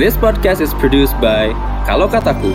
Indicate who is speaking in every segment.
Speaker 1: This podcast is produced by Kalau Kataku.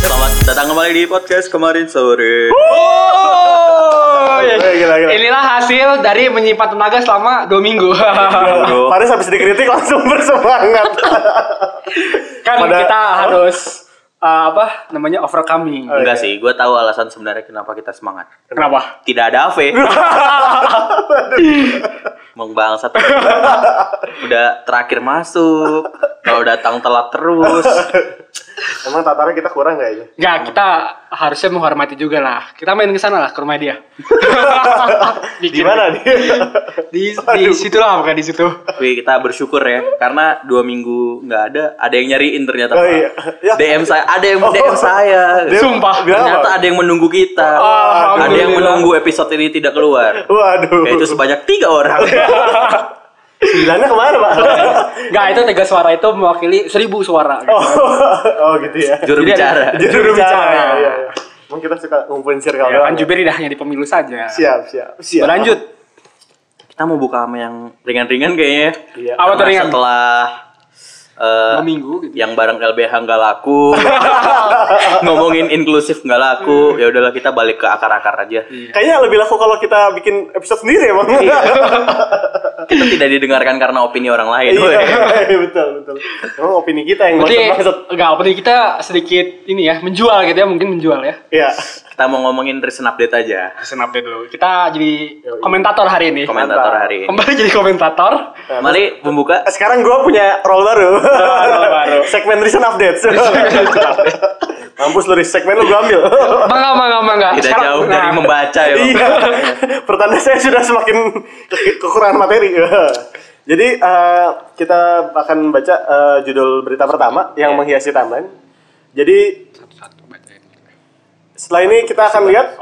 Speaker 2: Selamat datang kembali di podcast kemarin sore.
Speaker 3: Oh, iya.
Speaker 4: Eh, Gila, gila, gila.
Speaker 3: Inilah hasil dari menyimpan tenaga selama dua minggu.
Speaker 2: Aduh.
Speaker 4: Faris habis dikritik langsung bersemangat.
Speaker 3: kan
Speaker 4: Pada-
Speaker 3: kita
Speaker 4: apa? Oh, iya.
Speaker 3: harus eh, apa namanya overcoming.
Speaker 2: Enggak sih, gue tahu alasan sebenarnya kenapa kita semangat.
Speaker 3: Kenapa?
Speaker 2: Tidak ada AV. Membangsat. Udah terakhir masuk. Kalau datang telat terus.
Speaker 4: Emang tataran kita kurang kayaknya.
Speaker 3: Enggak, Ya, kita harusnya menghormati juga lah. Kita main ke sana lah ke rumah dia. Bikin-
Speaker 4: Gimana nih?
Speaker 3: Di, di situ lah bukan di situ.
Speaker 2: Tapi kita bersyukur ya, karena dua minggu nggak ada, ada yang nyariin ternyata.
Speaker 4: Oh,
Speaker 2: Pak.
Speaker 4: iya. Ya. Oh.
Speaker 2: DM saya, ada yang DM saya.
Speaker 4: Dia
Speaker 3: Sumpah,
Speaker 4: bilang apa? Ah,
Speaker 2: Ternyata ada yang menunggu kita. ada yang menunggu episode ini tidak keluar.
Speaker 4: Waduh.
Speaker 2: Yaitu sebanyak tiga orang.
Speaker 4: Sembilannya kemana, Pak?
Speaker 3: Enggak, itu tiga suara itu mewakili seribu suara. gitu.
Speaker 4: oh, oh, gitu ya.
Speaker 2: Juru
Speaker 3: Jadi ada-
Speaker 2: bicara.
Speaker 3: Juru bicara.
Speaker 4: Iya, iya. Emang kita suka ngumpulin circle
Speaker 3: Ya, kan
Speaker 4: doang.
Speaker 3: jubir tidak hanya di pemilu saja.
Speaker 4: Siap, siap, siap.
Speaker 3: Berlanjut.
Speaker 2: kita mau buka sama yang ringan-ringan kayaknya.
Speaker 4: Iya.
Speaker 3: Apa tuh
Speaker 2: Karena
Speaker 3: ringan?
Speaker 2: Setelah eh,
Speaker 3: Dua minggu gitu.
Speaker 2: yang barang LBH nggak laku, ngomongin inklusif nggak laku, ya
Speaker 3: Iya.
Speaker 2: udahlah kita balik ke akar-akar aja.
Speaker 4: Kayaknya lebih laku kalau kita bikin episode sendiri emang. Iya,
Speaker 2: Kita tidak didengarkan karena opini orang lain. woy.
Speaker 4: iya, betul, betul. Emang opini kita yang
Speaker 3: Berarti
Speaker 4: maksud-maksud.
Speaker 3: enggak, berarti kita sedikit ini ya, menjual gitu ya, mungkin menjual ya.
Speaker 4: Iya.
Speaker 2: Kita mau ngomongin recent update aja,
Speaker 3: Sen update dulu. Kita jadi komentator hari ini.
Speaker 2: komentator hari ini.
Speaker 3: Kembali jadi komentator. Iya.
Speaker 2: Mari membuka.
Speaker 4: Sekarang gue punya role baru.
Speaker 3: role baru.
Speaker 4: segmen recent updates. Mampus lu, Riz. segmen lu gue ambil.
Speaker 3: Bangga, bangga, bangga.
Speaker 2: Tidak
Speaker 3: Sekarang-
Speaker 2: jauh dari
Speaker 3: nah,
Speaker 2: membaca ya. Bang.
Speaker 4: Iya. Pertanda saya sudah semakin ke- kekurangan materi. Jadi eh, kita akan baca eh, judul berita pertama yang menghiasi timeline. Jadi setelah ini kita akan lihat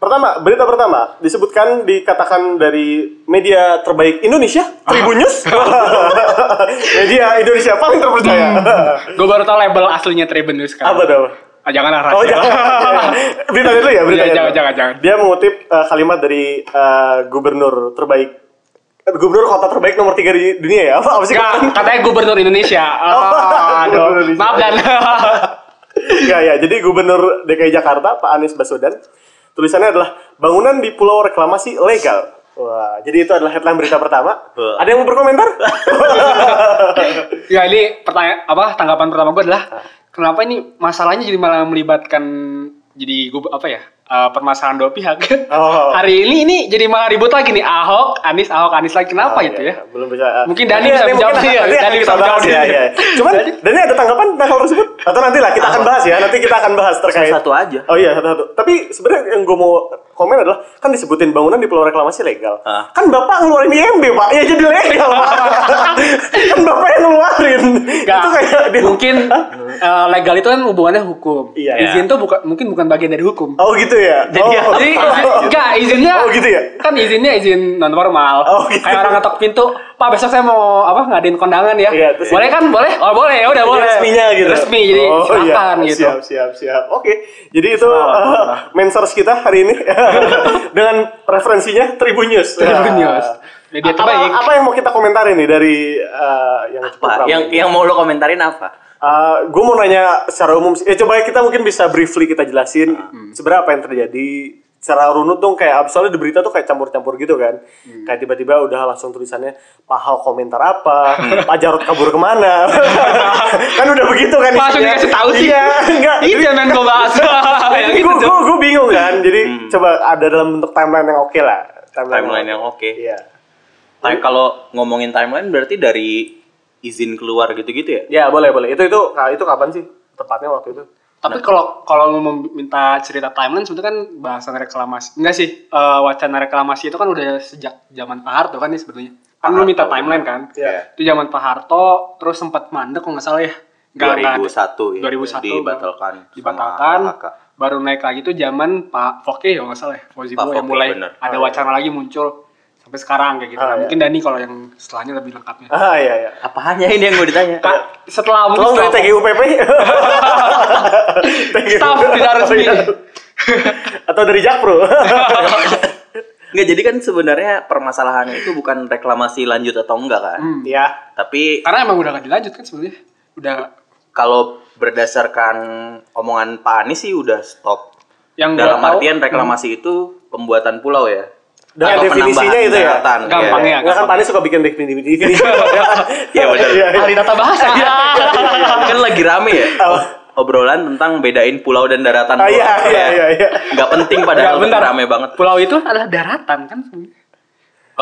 Speaker 4: pertama berita pertama disebutkan dikatakan dari media terbaik Indonesia Tribun News media Indonesia paling terpercaya
Speaker 3: Gue baru tau label aslinya Tribun News sekarang.
Speaker 4: apa tuh
Speaker 3: Ah, janganlah rahasia.
Speaker 4: Oh jangan, berita dulu ya berita.
Speaker 3: Iya, jangan, jangan, jangan.
Speaker 4: Dia mengutip eh, kalimat dari eh, gubernur terbaik, eh, gubernur kota terbaik nomor tiga di dunia ya. Apa, apa sih?
Speaker 3: Nggak,
Speaker 4: kemarin?
Speaker 3: katanya gubernur Indonesia. Ah,
Speaker 4: Gubernur
Speaker 3: aduh.
Speaker 4: Indonesia.
Speaker 3: Maaf dan
Speaker 4: ya ya. Jadi gubernur DKI Jakarta Pak Anies Baswedan tulisannya adalah bangunan di Pulau Reklamasi legal. Wah, jadi itu adalah headline berita pertama.
Speaker 2: Wah.
Speaker 4: Ada yang mau berkomentar?
Speaker 3: ya ini pertanyaan apa tanggapan pertama gue adalah kenapa ini masalahnya jadi malah melibatkan jadi gue apa ya eh, permasalahan dua pihak.
Speaker 4: Oh.
Speaker 3: Hari ini ini jadi malah ribut lagi nih Ahok, Anies, Ahok, Anies lagi kenapa
Speaker 4: Ah,
Speaker 3: gitu
Speaker 4: iya,
Speaker 3: ya?
Speaker 4: iya, Belum bisa.
Speaker 3: Mungkin Dani
Speaker 4: Nanti-
Speaker 3: bisa
Speaker 4: nanti
Speaker 3: menjawab
Speaker 4: mungkin
Speaker 3: sih, ya.
Speaker 4: nanti
Speaker 3: Dani
Speaker 4: akan
Speaker 3: bisa
Speaker 4: kita
Speaker 3: menjawab
Speaker 4: bahas,
Speaker 3: sih.
Speaker 4: iya, iya. Cuman Dani ada tanggapan tentang hal tersebut? Atau nanti lah kita akan bahas ya. Nanti kita akan bahas terkait.
Speaker 2: Satu-satu aja.
Speaker 4: Oh iya satu-satu. Tapi sebenarnya yang gue mau komen adalah kan disebutin bangunan di Pulau Reklamasi legal.
Speaker 2: Ah.
Speaker 4: Kan bapak ngeluarin IMB pak, ya jadi legal pak. kan bapak yang ngeluarin.
Speaker 3: Nggak,
Speaker 4: Itu kayak di-
Speaker 3: mungkin eh, legal itu kan hubungannya hukum.
Speaker 4: Iya.
Speaker 3: Izin tuh bukan mungkin bukan bagian dari hukum.
Speaker 4: Oh gitu ya.
Speaker 3: Jadi,
Speaker 4: oh.
Speaker 3: jadi kan izin- enggak izinnya
Speaker 4: Oh, gitu ya?
Speaker 3: kan izinnya izin non formal
Speaker 4: Oh, gitu.
Speaker 3: kayak orang ngetok pintu pak besok saya mau apa ngadain kondangan ya
Speaker 4: Iya, terus-
Speaker 3: boleh kan boleh oh boleh ya udah
Speaker 4: Jadi
Speaker 3: boleh
Speaker 4: resminya gitu.
Speaker 3: resmi jadi
Speaker 4: Oh, iya.
Speaker 3: silakan gitu
Speaker 4: Siap, siap, siap. Oke. Jadi itu uh, mensers kita hari ini dengan referensinya Tribun News.
Speaker 3: Tribun
Speaker 4: Nah,
Speaker 3: News. ya. Media
Speaker 4: apa,
Speaker 3: terbaik.
Speaker 4: apa yang mau kita komentarin nih dari uh, yang cukup
Speaker 2: Apa?
Speaker 4: ramai
Speaker 2: Yang
Speaker 4: ini?
Speaker 2: yang mau lo komentarin apa?
Speaker 4: gue Eh, mau nanya secara umum, sih. ya coba kita mungkin bisa briefly kita jelasin
Speaker 3: Ah.
Speaker 4: sebenarnya apa yang terjadi secara runut dong kayak abis- soalnya di berita tuh kayak campur-campur gitu kan
Speaker 3: Hmm.
Speaker 4: kayak tiba-tiba udah langsung tulisannya Pak Ahok komentar apa
Speaker 3: Hmm.
Speaker 4: Pak Jarod kabur kemana kan udah begitu kan
Speaker 3: langsung
Speaker 4: isinya.
Speaker 3: dikasih tahu sih
Speaker 4: iya enggak
Speaker 3: itu yang pengen gue bahas yang
Speaker 4: gue
Speaker 3: gitu Hmm. tuh.
Speaker 4: bingung kan jadi coba ada dalam bentuk timeline yang oke lah
Speaker 2: Timeline yang oke.
Speaker 4: iya
Speaker 2: Tapi Nah, kalau ngomongin timeline berarti dari izin keluar gitu-gitu ya?
Speaker 4: ya boleh boleh itu itu itu kapan sih tepatnya waktu itu
Speaker 3: tapi kalau kalau lu meminta cerita timeline sebetulnya kan bahasan reklamasi enggak sih eh, wacana reklamasi itu kan udah sejak zaman Pak Harto kan nih sebetulnya kan lu minta timeline kan
Speaker 4: Iya.
Speaker 3: itu zaman Pak Harto terus sempat mandek kalau nggak salah ya Nggak- nggak-
Speaker 2: 2001 ya.
Speaker 3: 2001
Speaker 2: dibatalkan sama
Speaker 3: dibatalkan
Speaker 2: AKK.
Speaker 3: baru naik lagi tuh zaman Pak Foke ya kalau nggak salah ya Fauzi
Speaker 2: Pak
Speaker 3: Bowo
Speaker 2: Foke,
Speaker 3: yang mulai
Speaker 2: bener.
Speaker 3: ada wacana lagi muncul sampai sekarang kayak
Speaker 4: Ah,
Speaker 3: gitu Nah,
Speaker 4: iya.
Speaker 3: mungkin Dani kalau yang setelahnya lebih lengkapnya
Speaker 4: Ah iya iya.
Speaker 2: Apanya ini yang mau ditanya?
Speaker 3: Kak, setelah mungkin
Speaker 4: Tolong dari
Speaker 3: setelah-
Speaker 4: TGUPP. TGUPP.
Speaker 3: staff tidak resmi
Speaker 4: Atau dari Jakpro.
Speaker 2: Nggak, jadi kan sebenarnya permasalahannya itu bukan reklamasi lanjut atau enggak kan.
Speaker 3: Hmm.
Speaker 4: ya.
Speaker 2: Tapi
Speaker 3: karena emang udah nggak dilanjut kan sebenarnya udah
Speaker 2: kalau berdasarkan omongan Pak Anies sih udah stop.
Speaker 3: yang gua
Speaker 2: Dalam
Speaker 3: tahu
Speaker 2: artian reklamasi itu pembuatan pulau ya.
Speaker 4: Dengan
Speaker 2: Atau
Speaker 4: definisinya
Speaker 2: penambahan
Speaker 4: itu ya.
Speaker 2: daratan,
Speaker 3: Gampangnya.
Speaker 2: ya.
Speaker 4: Enggak kan Panis suka bikin definisi. definisi.
Speaker 2: Iya, benar.
Speaker 4: Iya, iya.
Speaker 3: ahli tata bahasa
Speaker 2: kan lagi rame ya.
Speaker 4: Apa?
Speaker 2: Obrolan tentang bedain pulau dan daratan.
Speaker 4: Oh. Ah,
Speaker 2: doang,
Speaker 4: Iya
Speaker 2: ya.
Speaker 4: iya iya iya.
Speaker 2: Nggak penting
Speaker 3: Padahal
Speaker 2: padahal
Speaker 3: ya, bentar
Speaker 2: rame banget.
Speaker 3: pulau itu adalah daratan kan sebenarnya.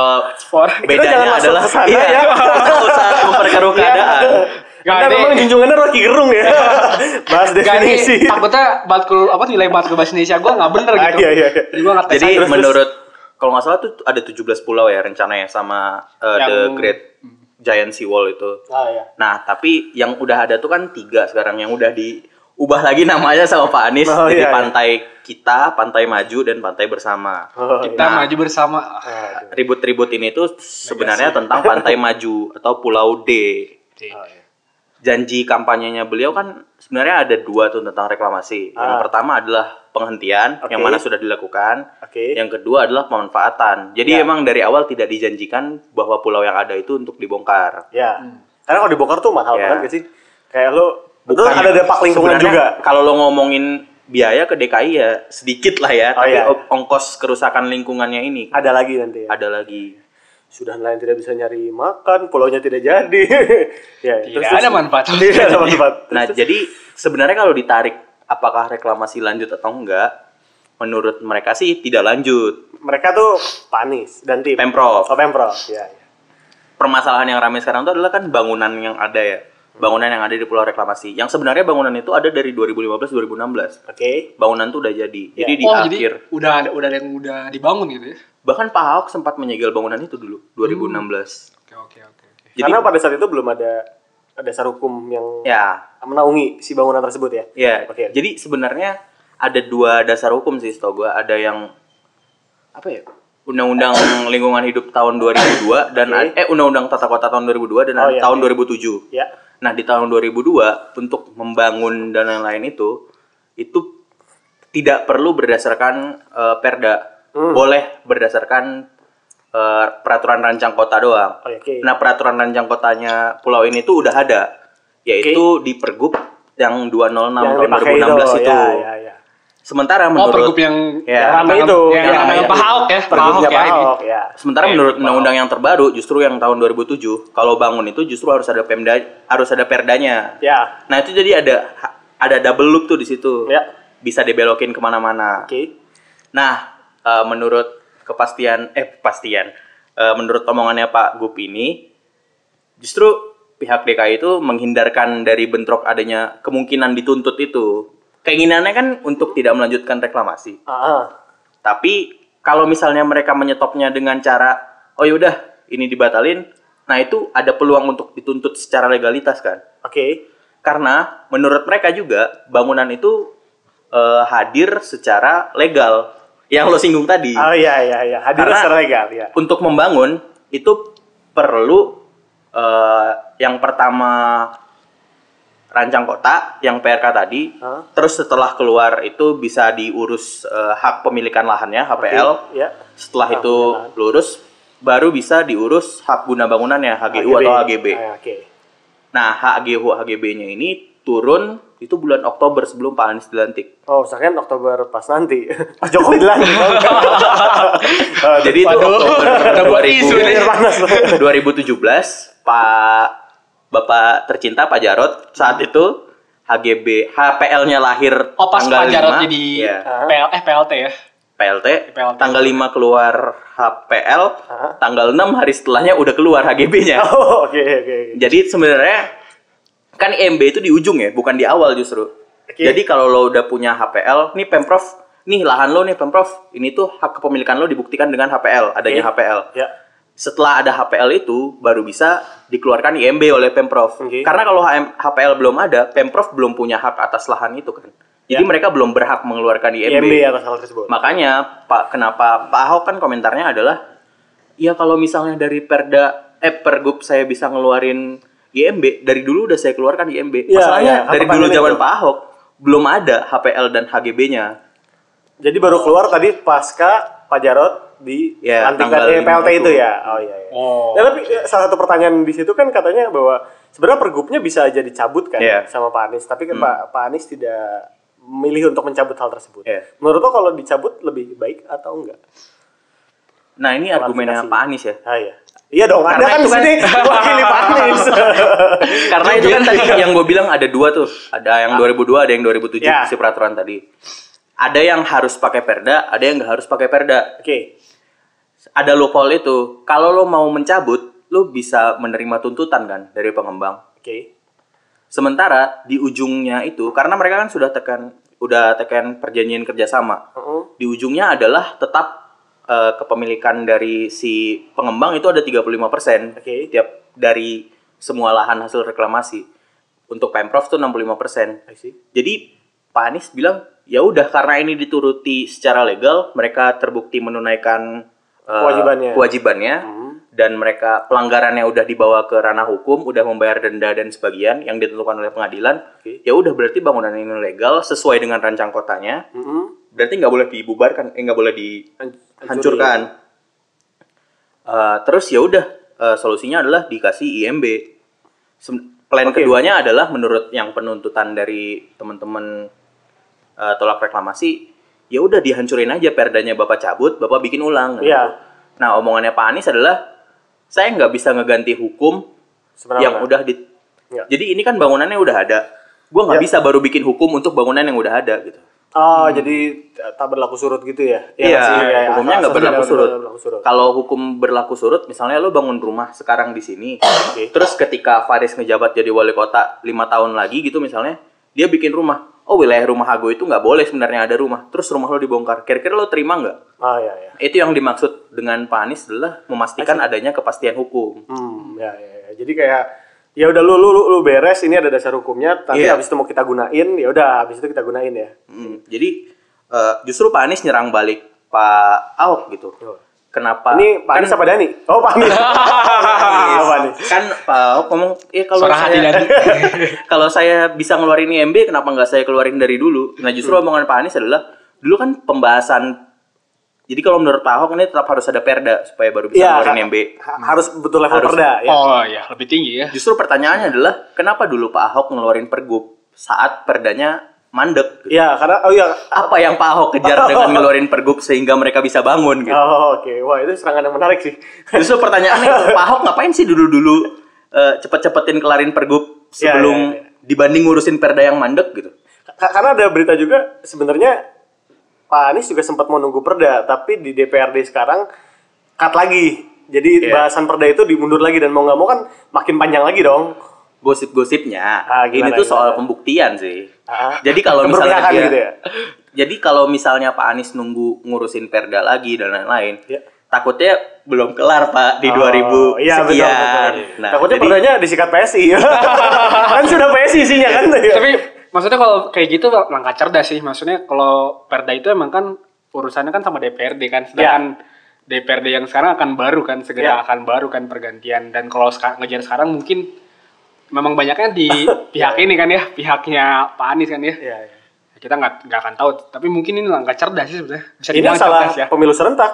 Speaker 2: Eh,
Speaker 3: for
Speaker 4: jangan
Speaker 2: bedanya
Speaker 4: masuk
Speaker 2: adalah
Speaker 4: ke sana,
Speaker 2: iya,
Speaker 4: ya. Iya.
Speaker 2: nggak usah memperkeruh keadaan.
Speaker 3: Nggak
Speaker 4: Anda
Speaker 3: ada.
Speaker 4: memang junjungannya Rocky Gerung ya. Bahas
Speaker 3: Gak nih,
Speaker 4: definisi.
Speaker 3: takutnya batkul apa nilai batkul bahasa Indonesia gue nggak bener
Speaker 4: Ah,
Speaker 3: gitu.
Speaker 4: iya, iya, iya.
Speaker 3: Jadi gue nggak tes
Speaker 2: Jadi
Speaker 3: aja.
Speaker 2: menurut kalau nggak salah tuh ada 17 pulau ya rencananya sama eh,
Speaker 3: Yang-
Speaker 2: The Great Giant Seawall itu.
Speaker 4: Ah iya.
Speaker 2: Nah, tapi yang udah ada tuh kan tiga sekarang yang udah diubah lagi namanya sama Pak Anies.
Speaker 4: Oh,
Speaker 2: Jadi
Speaker 4: iya, iya.
Speaker 2: pantai kita, pantai maju dan pantai bersama. nah.
Speaker 4: Oh, iya. Oh,
Speaker 3: kita maju bersama.
Speaker 2: Oh,
Speaker 4: Aduh.
Speaker 2: Ribut-ribut ini tuh sebenarnya tentang pantai maju atau Pulau D.
Speaker 4: Oh, iya.
Speaker 2: Janji kampanyenya beliau kan sebenarnya ada dua tuh tentang reklamasi. Yang
Speaker 4: Ah.
Speaker 2: pertama adalah penghentian
Speaker 4: Oke.
Speaker 2: yang mana sudah dilakukan.
Speaker 4: Oke.
Speaker 2: Yang kedua adalah pemanfaatan. Jadi
Speaker 4: Ya.
Speaker 2: emang dari awal tidak dijanjikan bahwa pulau yang ada itu untuk dibongkar.
Speaker 4: Ya. Karena kalau dibongkar tuh mahal
Speaker 2: Ya.
Speaker 4: banget gak sih? Kayak lu Terus ada dampak lingkungan
Speaker 2: Sebenarnya
Speaker 4: juga.
Speaker 2: Kalau lo ngomongin biaya ke DKI ya sedikit lah ya,
Speaker 4: Oh,
Speaker 2: tapi
Speaker 4: iya.
Speaker 2: o- ongkos kerusakan lingkungannya ini
Speaker 4: Ada lagi nanti ya.
Speaker 2: ada lagi.
Speaker 4: Sudah nelayan tidak bisa nyari makan, pulaunya tidak jadi. ya, ya.
Speaker 3: Tidak ada manfaat.
Speaker 4: Tidak ada manfaat.
Speaker 2: Nah, jadi sebenarnya kalau ditarik apakah reklamasi lanjut atau enggak, menurut mereka sih tidak lanjut.
Speaker 4: Mereka tuh panis dan tim.
Speaker 2: Pemprov.
Speaker 4: Oh, Pemprov. Ya, ya.
Speaker 2: Permasalahan yang ramai sekarang itu adalah kan bangunan yang ada ya. Bangunan yang ada di Pulau Reklamasi. Yang sebenarnya bangunan itu ada dari 2015-2016.
Speaker 4: Oke.
Speaker 2: Bangunan tuh udah jadi. Jadi
Speaker 4: Ya.
Speaker 2: di
Speaker 3: oh
Speaker 2: akhir.
Speaker 3: jadi udah ada udah ada yang udah dibangun gitu ya.
Speaker 2: Bahkan Pak Ahok sempat menyegel bangunan itu dulu 2016.
Speaker 3: Oke oke oke. oke.
Speaker 2: Jadi
Speaker 4: Karena pada saat itu belum ada ada hukum yang
Speaker 2: ya
Speaker 4: menaungi si bangunan tersebut ya.
Speaker 2: Ya,
Speaker 4: Hmm. Oke.
Speaker 2: jadi sebenarnya ada dua dasar hukum sih setahu gua. Ada yang apa ya? Undang-Undang Lingkungan Hidup tahun 2002 dan
Speaker 4: Oke.
Speaker 2: eh Undang-Undang Tata Kota tahun 2002 dan
Speaker 4: Oh, iya,
Speaker 2: tahun
Speaker 4: iya.
Speaker 2: 2007.
Speaker 4: Ya.
Speaker 2: Nah, di tahun 2002 untuk membangun dan lain-lain itu itu tidak perlu berdasarkan eh, Perda.
Speaker 4: Hmm.
Speaker 2: Boleh berdasarkan eh, peraturan rancang kota doang.
Speaker 4: Oh, Oke.
Speaker 2: Nah, peraturan rancang kotanya pulau ini tuh udah ada, yaitu di Pergub yang 206
Speaker 4: yang
Speaker 2: tahun
Speaker 4: dipakai
Speaker 2: 2016
Speaker 4: itu.
Speaker 2: itu.
Speaker 4: Ya, ya, ya.
Speaker 2: Sementara
Speaker 3: Oh
Speaker 2: menurut
Speaker 3: pergub yang
Speaker 2: Ya,
Speaker 3: yang
Speaker 4: rame
Speaker 3: tangan-
Speaker 4: itu.
Speaker 3: yang
Speaker 4: Ya,
Speaker 3: tangan
Speaker 4: ya.
Speaker 3: Pak Ahok ya. Pak Ahok
Speaker 4: Pergubnya
Speaker 3: ya ini.
Speaker 4: Ahok, ya.
Speaker 2: sementara
Speaker 3: Eh,
Speaker 2: menurut
Speaker 3: wow.
Speaker 2: undang-undang yang terbaru justru yang tahun 2007 kalau bangun itu justru harus ada pemda harus ada perdanya.
Speaker 4: Ya.
Speaker 2: Nah, itu jadi ada ada double loop tuh di situ.
Speaker 4: Ya.
Speaker 2: Bisa dibelokin kemana-mana.
Speaker 4: Oke.
Speaker 2: Nah, eh, menurut kepastian eh kepastian eh, menurut omongannya Pak Gup ini justru pihak DKI itu menghindarkan dari bentrok adanya kemungkinan dituntut itu. Keinginannya kan untuk tidak melanjutkan reklamasi.
Speaker 4: Ah, ah.
Speaker 2: Tapi kalau misalnya mereka menyetopnya dengan cara oh yaudah ini dibatalin, nah itu ada peluang untuk dituntut secara legalitas kan?
Speaker 4: Oke.
Speaker 2: Karena menurut mereka juga bangunan itu eh, hadir secara legal yang lo singgung tadi.
Speaker 4: Oh iya iya iya. Hadirnya
Speaker 2: Karena-
Speaker 4: secara legal ya.
Speaker 2: Untuk membangun itu perlu eh, yang pertama rancang kota yang PRK tadi.
Speaker 4: Hah?
Speaker 2: Terus setelah keluar itu bisa diurus eh, hak pemilikan lahannya HPL.
Speaker 4: Ya.
Speaker 2: Setelah itu
Speaker 4: Hak pemilikan lahan.
Speaker 2: lurus baru bisa diurus hak guna bangunannya HGU atau HGB.
Speaker 4: Ah, Oke.
Speaker 2: Nah, HGU HGB-nya ini turun itu bulan Oktober sebelum Pak Anies dilantik.
Speaker 4: Oh, misalkan Oktober pas nanti. Pas Jokowi bilang.
Speaker 2: gitu. Jadi itu
Speaker 3: Waduh, udah buat isu ini.
Speaker 4: Biar panas.
Speaker 2: 2017 Pak Bapak tercinta Pak Jarot saat itu HGB HPL-nya lahir
Speaker 3: Oh pas
Speaker 2: tanggal
Speaker 3: Pak Jarot
Speaker 2: 5,
Speaker 3: jadi
Speaker 2: iya,
Speaker 3: PL eh PLT ya.
Speaker 2: PLT,
Speaker 3: PLT.
Speaker 2: tanggal 5 keluar HPL tanggal 6 hari setelahnya udah keluar HGB-nya
Speaker 4: Oh, oke oke.
Speaker 2: jadi sebenarnya kan IMB itu di ujung ya bukan di awal justru
Speaker 4: Oke.
Speaker 2: jadi kalau lo udah punya HPL nih Pemprov nih lahan lo nih Pemprov ini tuh hak kepemilikan lo dibuktikan dengan HPL adanya
Speaker 4: Oke.
Speaker 2: HPL
Speaker 4: Ya.
Speaker 2: Setelah ada HPL itu baru bisa dikeluarkan IMB oleh Pemprov.
Speaker 4: Oke.
Speaker 2: Karena kalau HM HPL belum ada, Pemprov belum punya hak atas lahan itu kan.
Speaker 4: Ya.
Speaker 2: Jadi mereka belum berhak mengeluarkan E IMB.
Speaker 4: IMB atas hal tersebut.
Speaker 2: Makanya Pak kenapa Pak Ahok kan komentarnya adalah ya kalau misalnya dari Perda eh Pergub saya bisa ngeluarin IMB dari dulu udah saya keluarkan IMB.
Speaker 4: Iya,
Speaker 2: Masalahnya
Speaker 4: iya,
Speaker 2: dari
Speaker 4: apa
Speaker 2: dulu
Speaker 4: pandangan
Speaker 2: zaman
Speaker 4: itu?
Speaker 2: Pak Ahok belum ada HPL dan HGB-nya.
Speaker 4: Jadi baru keluar tadi pasca Pak Jarot di
Speaker 2: Ya,
Speaker 4: lantikan
Speaker 2: tanggal
Speaker 4: eh, PLT
Speaker 2: lima
Speaker 4: itu
Speaker 2: itu.
Speaker 4: ya. Oh iya. iya.
Speaker 3: Oh,
Speaker 4: Nah, tapi eh, salah satu pertanyaan di situ kan katanya bahwa sebenarnya pergubnya bisa aja dicabut kan
Speaker 2: Iya.
Speaker 4: sama Pak Anies, tapi kan Pak Pak Anies tidak memilih untuk mencabut hal tersebut.
Speaker 2: Iya.
Speaker 4: Menurut lo kalau dicabut lebih baik atau enggak?
Speaker 2: Nah, ini argumennya
Speaker 4: Klarifikasi.
Speaker 2: Pak Anies ya.
Speaker 4: Ah iya. Iya dong,
Speaker 2: Karena
Speaker 4: Anda kan
Speaker 2: itu
Speaker 4: di
Speaker 2: kan-
Speaker 4: sini wakili Pak Anies.
Speaker 2: Karena itu kan tadi yang gue bilang ada dua tuh. Ada yang 2002, ada yang 2007
Speaker 4: Ah. Ya.
Speaker 2: si peraturan tadi. Ada yang harus pakai perda, ada yang nggak harus pakai perda.
Speaker 4: Oke.
Speaker 2: Ada loophole itu. Kalau lo mau mencabut, lo bisa menerima tuntutan kan dari pengembang.
Speaker 4: Oke.
Speaker 2: Sementara di ujungnya itu, karena mereka kan sudah tekan, udah tekan perjanjian kerjasama.
Speaker 4: Heeh.
Speaker 2: Di ujungnya adalah tetap eh, kepemilikan dari si pengembang itu ada 35
Speaker 4: Oke.
Speaker 2: tiap dari semua lahan hasil reklamasi. Untuk pemprov tuh 65
Speaker 4: I see.
Speaker 2: Jadi Pak Anies bilang ya udah karena ini dituruti secara legal, mereka terbukti menunaikan eh,
Speaker 4: Kewajibannya. Hmm.
Speaker 2: kewajibannya, dan mereka pelanggarannya udah dibawa ke ranah hukum, udah membayar denda dan sebagian yang ditentukan oleh pengadilan.
Speaker 4: Oke.
Speaker 2: Ya udah berarti bangunan ini legal sesuai dengan rancang kotanya.
Speaker 4: Heeh.
Speaker 2: Berarti nggak boleh dibubarkan, eh, nggak boleh dihancurkan. Eh, terus ya udah eh, solusinya adalah dikasih IMB. Sem- Plan
Speaker 4: Oke.
Speaker 2: keduanya adalah menurut yang penuntutan dari teman-teman eh, tolak reklamasi, ya udah dihancurin aja perdanya bapak cabut, bapak bikin ulang.
Speaker 4: Iya.
Speaker 2: Nah omongannya Pak Anies adalah saya nggak bisa ngeganti hukum
Speaker 4: Sebenarnya
Speaker 2: yang udah di.
Speaker 4: Iya.
Speaker 2: Jadi ini kan bangunannya udah ada, gua nggak
Speaker 4: Iya.
Speaker 2: bisa baru bikin hukum untuk bangunan yang udah ada gitu.
Speaker 4: Oh, jadi t- tak berlaku surut gitu ya?
Speaker 2: Iya,
Speaker 4: nggak sih? Ya, ya,
Speaker 2: hukumnya nggak
Speaker 4: asas
Speaker 2: berlaku
Speaker 4: tidak
Speaker 2: surut.
Speaker 4: berlaku surut.
Speaker 2: Kalau hukum berlaku surut, misalnya lo bangun rumah sekarang di sini, terus ketika Faris ngejabat jadi wali kota lima tahun lagi gitu misalnya, dia bikin rumah. Oh wilayah rumah Hago itu nggak boleh sebenarnya ada rumah. Terus rumah lo dibongkar. Kira-kira lo terima nggak?
Speaker 4: Ah, ya, ya.
Speaker 2: Itu yang dimaksud dengan Pak Anies adalah memastikan adanya kepastian hukum.
Speaker 4: Hmm, ya, ya, ya. Jadi kayak ya udah lu, lu lu lu beres ini ada dasar hukumnya tapi
Speaker 2: Iya.
Speaker 4: habis itu mau kita gunain ya udah habis itu kita gunain ya.
Speaker 2: Mm, Jadi eh, justru Pak Anies nyerang balik Pak Ahok gitu.
Speaker 4: Tuh.
Speaker 2: Kenapa?
Speaker 4: Ini Pak
Speaker 2: Kan-
Speaker 4: Anies apa Dani? Oh, Pak Anies. Oh, Pak Anies.
Speaker 2: kan Pak Ahok ngomong ya kalau
Speaker 3: Suara hati
Speaker 2: saya
Speaker 3: Dani.
Speaker 2: kalau saya bisa ngeluarin IMB kenapa nggak saya keluarin dari dulu nah justru omongan Pak Anies adalah dulu kan pembahasan jadi kalau menurut Pak Ahok ini tetap harus ada perda supaya baru bisa
Speaker 4: Iya,
Speaker 2: ngeluarin
Speaker 4: ha-
Speaker 2: IMB
Speaker 4: ha- harus betul level
Speaker 2: Harus.
Speaker 4: perda ya.
Speaker 3: oh ya lebih tinggi ya.
Speaker 2: justru pertanyaannya adalah kenapa dulu Pak Ahok ngeluarin pergub saat perdanya mandek gitu.
Speaker 4: Iya, karena oh iya.
Speaker 2: apa yang Pak Ahok kejar dengan ngeluarin pergub sehingga mereka bisa bangun gitu
Speaker 4: Oh, oke. Wah, itu serangan yang menarik sih.
Speaker 2: Justru pertanyaannya itu, Pak Ahok ngapain sih dulu-dulu eh, cepet-cepetin kelarin pergub
Speaker 4: Ya,
Speaker 2: sebelum
Speaker 4: ya,
Speaker 2: dibanding ngurusin perda yang mandek gitu?
Speaker 4: Ka- karena ada berita juga sebenarnya Pak Anies juga sempat mau nunggu perda tapi di DPRD sekarang cut lagi
Speaker 2: Iya.
Speaker 4: jadi bahasan perda itu dimundur lagi dan mau nggak mau kan makin panjang lagi dong
Speaker 2: Gosip-gosipnya,
Speaker 4: Ah,
Speaker 2: ini
Speaker 4: gimana,
Speaker 2: tuh
Speaker 4: gimana?
Speaker 2: soal pembuktian sih.
Speaker 4: Ah.
Speaker 2: Jadi kalau misalnya
Speaker 4: Keberpihakan
Speaker 2: dia,
Speaker 4: gitu ya?
Speaker 2: jadi kalau misalnya Pak Anies nunggu ngurusin perda lagi dan lain-lain,
Speaker 4: Iya.
Speaker 2: takutnya belum kelar Pak di 2000
Speaker 4: iya, betul,
Speaker 2: sekian.
Speaker 4: betul.
Speaker 2: Nah,
Speaker 4: takutnya
Speaker 2: jadi-
Speaker 4: perdanya disikat PSI kan sudah PSI isinya kan
Speaker 3: Tapi maksudnya kalau kayak gitu langkah cerdas sih. Maksudnya kalau Perda itu emang kan urusannya kan sama DPRD kan. Sedangkan
Speaker 4: Iya.
Speaker 3: DPRD yang sekarang akan baru kan,
Speaker 4: Ya.
Speaker 3: segera akan baru kan pergantian. Dan kalau seka- ngejar sekarang mungkin memang banyaknya di pihak ini kan ya, pihaknya Pak Anies kan ya.
Speaker 4: Iya, iya.
Speaker 3: Kita nggak nggak akan tahu. Tapi mungkin ini langkah cerdas sih sebenarnya. Bisa
Speaker 4: ini
Speaker 3: dibilang
Speaker 4: salah
Speaker 3: cerdas ya.
Speaker 4: pemilu serentak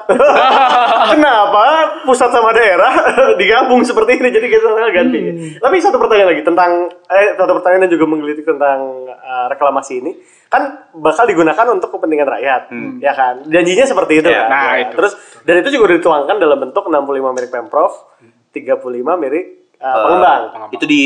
Speaker 4: kenapa pusat sama daerah digabung seperti ini jadi kita ganti
Speaker 3: Hmm.
Speaker 4: tapi satu pertanyaan lagi tentang eh, satu pertanyaan yang juga menggelitik tentang eh, reklamasi ini kan bakal digunakan untuk kepentingan rakyat ya kan janjinya seperti itu
Speaker 2: Ya,
Speaker 4: kan?
Speaker 3: Hmm. nah,
Speaker 4: Ya.
Speaker 3: itu.
Speaker 4: terus dan itu juga dituangkan dalam bentuk 65 milik pemprov 35 milik eh, pengembang
Speaker 2: itu di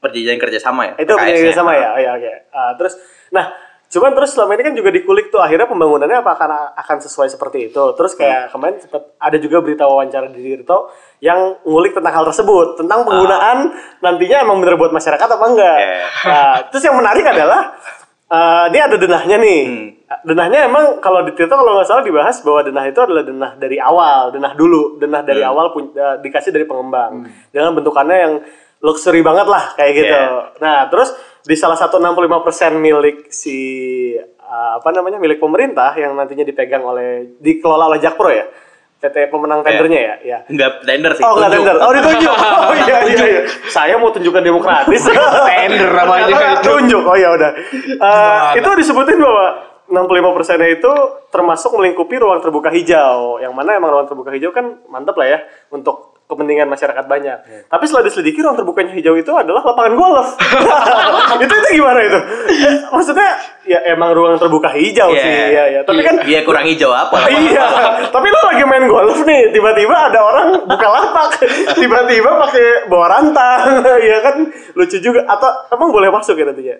Speaker 2: perjanjian kerjasama ya.
Speaker 4: itu
Speaker 2: PKS -nya.
Speaker 4: punya sama ya, oh, ya oke. Ah, terus, nah cuman terus selama ini kan juga dikulik tuh akhirnya pembangunannya apa akan akan sesuai seperti itu. Terus
Speaker 2: Hmm.
Speaker 4: kayak kemarin sempat ada juga berita wawancara di Dirto yang ngulik tentang hal tersebut tentang penggunaan nantinya emang bener buat masyarakat apa enggak.
Speaker 2: Ah. Iya. Hmm.
Speaker 4: Nah, terus yang menarik adalah eh, dia ada denahnya nih. Eh, Denahnya emang kalau di Tirta kalau nggak salah dibahas bahwa denah itu adalah denah dari awal, denah dulu, denah dari
Speaker 2: Hmm.
Speaker 4: awal pun, eh, dikasih dari pengembang dengan bentukannya yang luxury banget lah kayak gitu.
Speaker 2: Yeah.
Speaker 4: Nah terus di salah satu 65% milik si eh, apa namanya milik pemerintah yang nantinya dipegang oleh dikelola oleh Jakpro ya PT pemenang tendernya ya. ya.
Speaker 2: Enggak tender sih.
Speaker 4: Oh, nggak
Speaker 2: tunjuk.
Speaker 4: tender. Oh, ditunjuk. Oh iya, iya, iya. Saya mau tunjukkan demokratis.
Speaker 3: Tender namanya
Speaker 4: Karena
Speaker 3: itu.
Speaker 4: Tunjuk. Oh ya udah. Eh, itu disebutin bahwa 65%-nya itu termasuk melingkupi ruang terbuka hijau. Yang mana emang ruang terbuka hijau kan mantep lah ya untuk kepentingan masyarakat banyak. Tapi setelah diselidiki ruang terbukanya hijau itu adalah lapangan golf. itu itu gimana itu? Eh, Maksudnya ya emang ruang terbuka hijau
Speaker 2: Iya.
Speaker 4: sih. Iya, iya. Tapi kan
Speaker 2: Iya kurang hijau apa?
Speaker 4: Iya, tapi lo lagi main golf nih, tiba-tiba ada orang buka lapak, tiba-tiba pakai bawa rantang, ya kan lucu juga. Atau emang boleh masuk ya nantinya?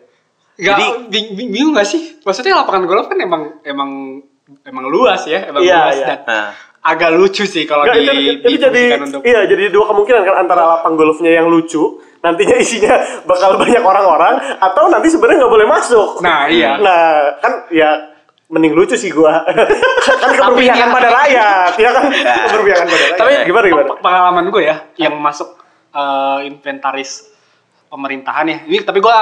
Speaker 3: Gak,
Speaker 2: Jadi-
Speaker 3: bing- bing- bingung gak sih? Maksudnya lapangan golf kan emang emang emang luas ya, emang
Speaker 4: Iya,
Speaker 3: luas
Speaker 4: iya.
Speaker 3: dan
Speaker 2: Nah,
Speaker 3: agak lucu sih kalau
Speaker 4: Nggak,
Speaker 3: di,
Speaker 4: itu, itu jadi
Speaker 3: difungsikan untuk
Speaker 4: iya jadi dua kemungkinan kan antara lapang golfnya yang lucu, nantinya isinya bakal banyak orang-orang, atau nanti sebenarnya nggak boleh masuk.
Speaker 3: Nah, iya.
Speaker 4: Nah kan ya mending lucu sih gua kan keberpihakan
Speaker 3: ya-
Speaker 4: pada rakyat ya kan keberpihakan pada rakyat
Speaker 3: Tapi
Speaker 4: gimana gimana
Speaker 3: pe- pengalaman gue ya yang masuk eh, inventaris pemerintahan ya. Ini tapi gue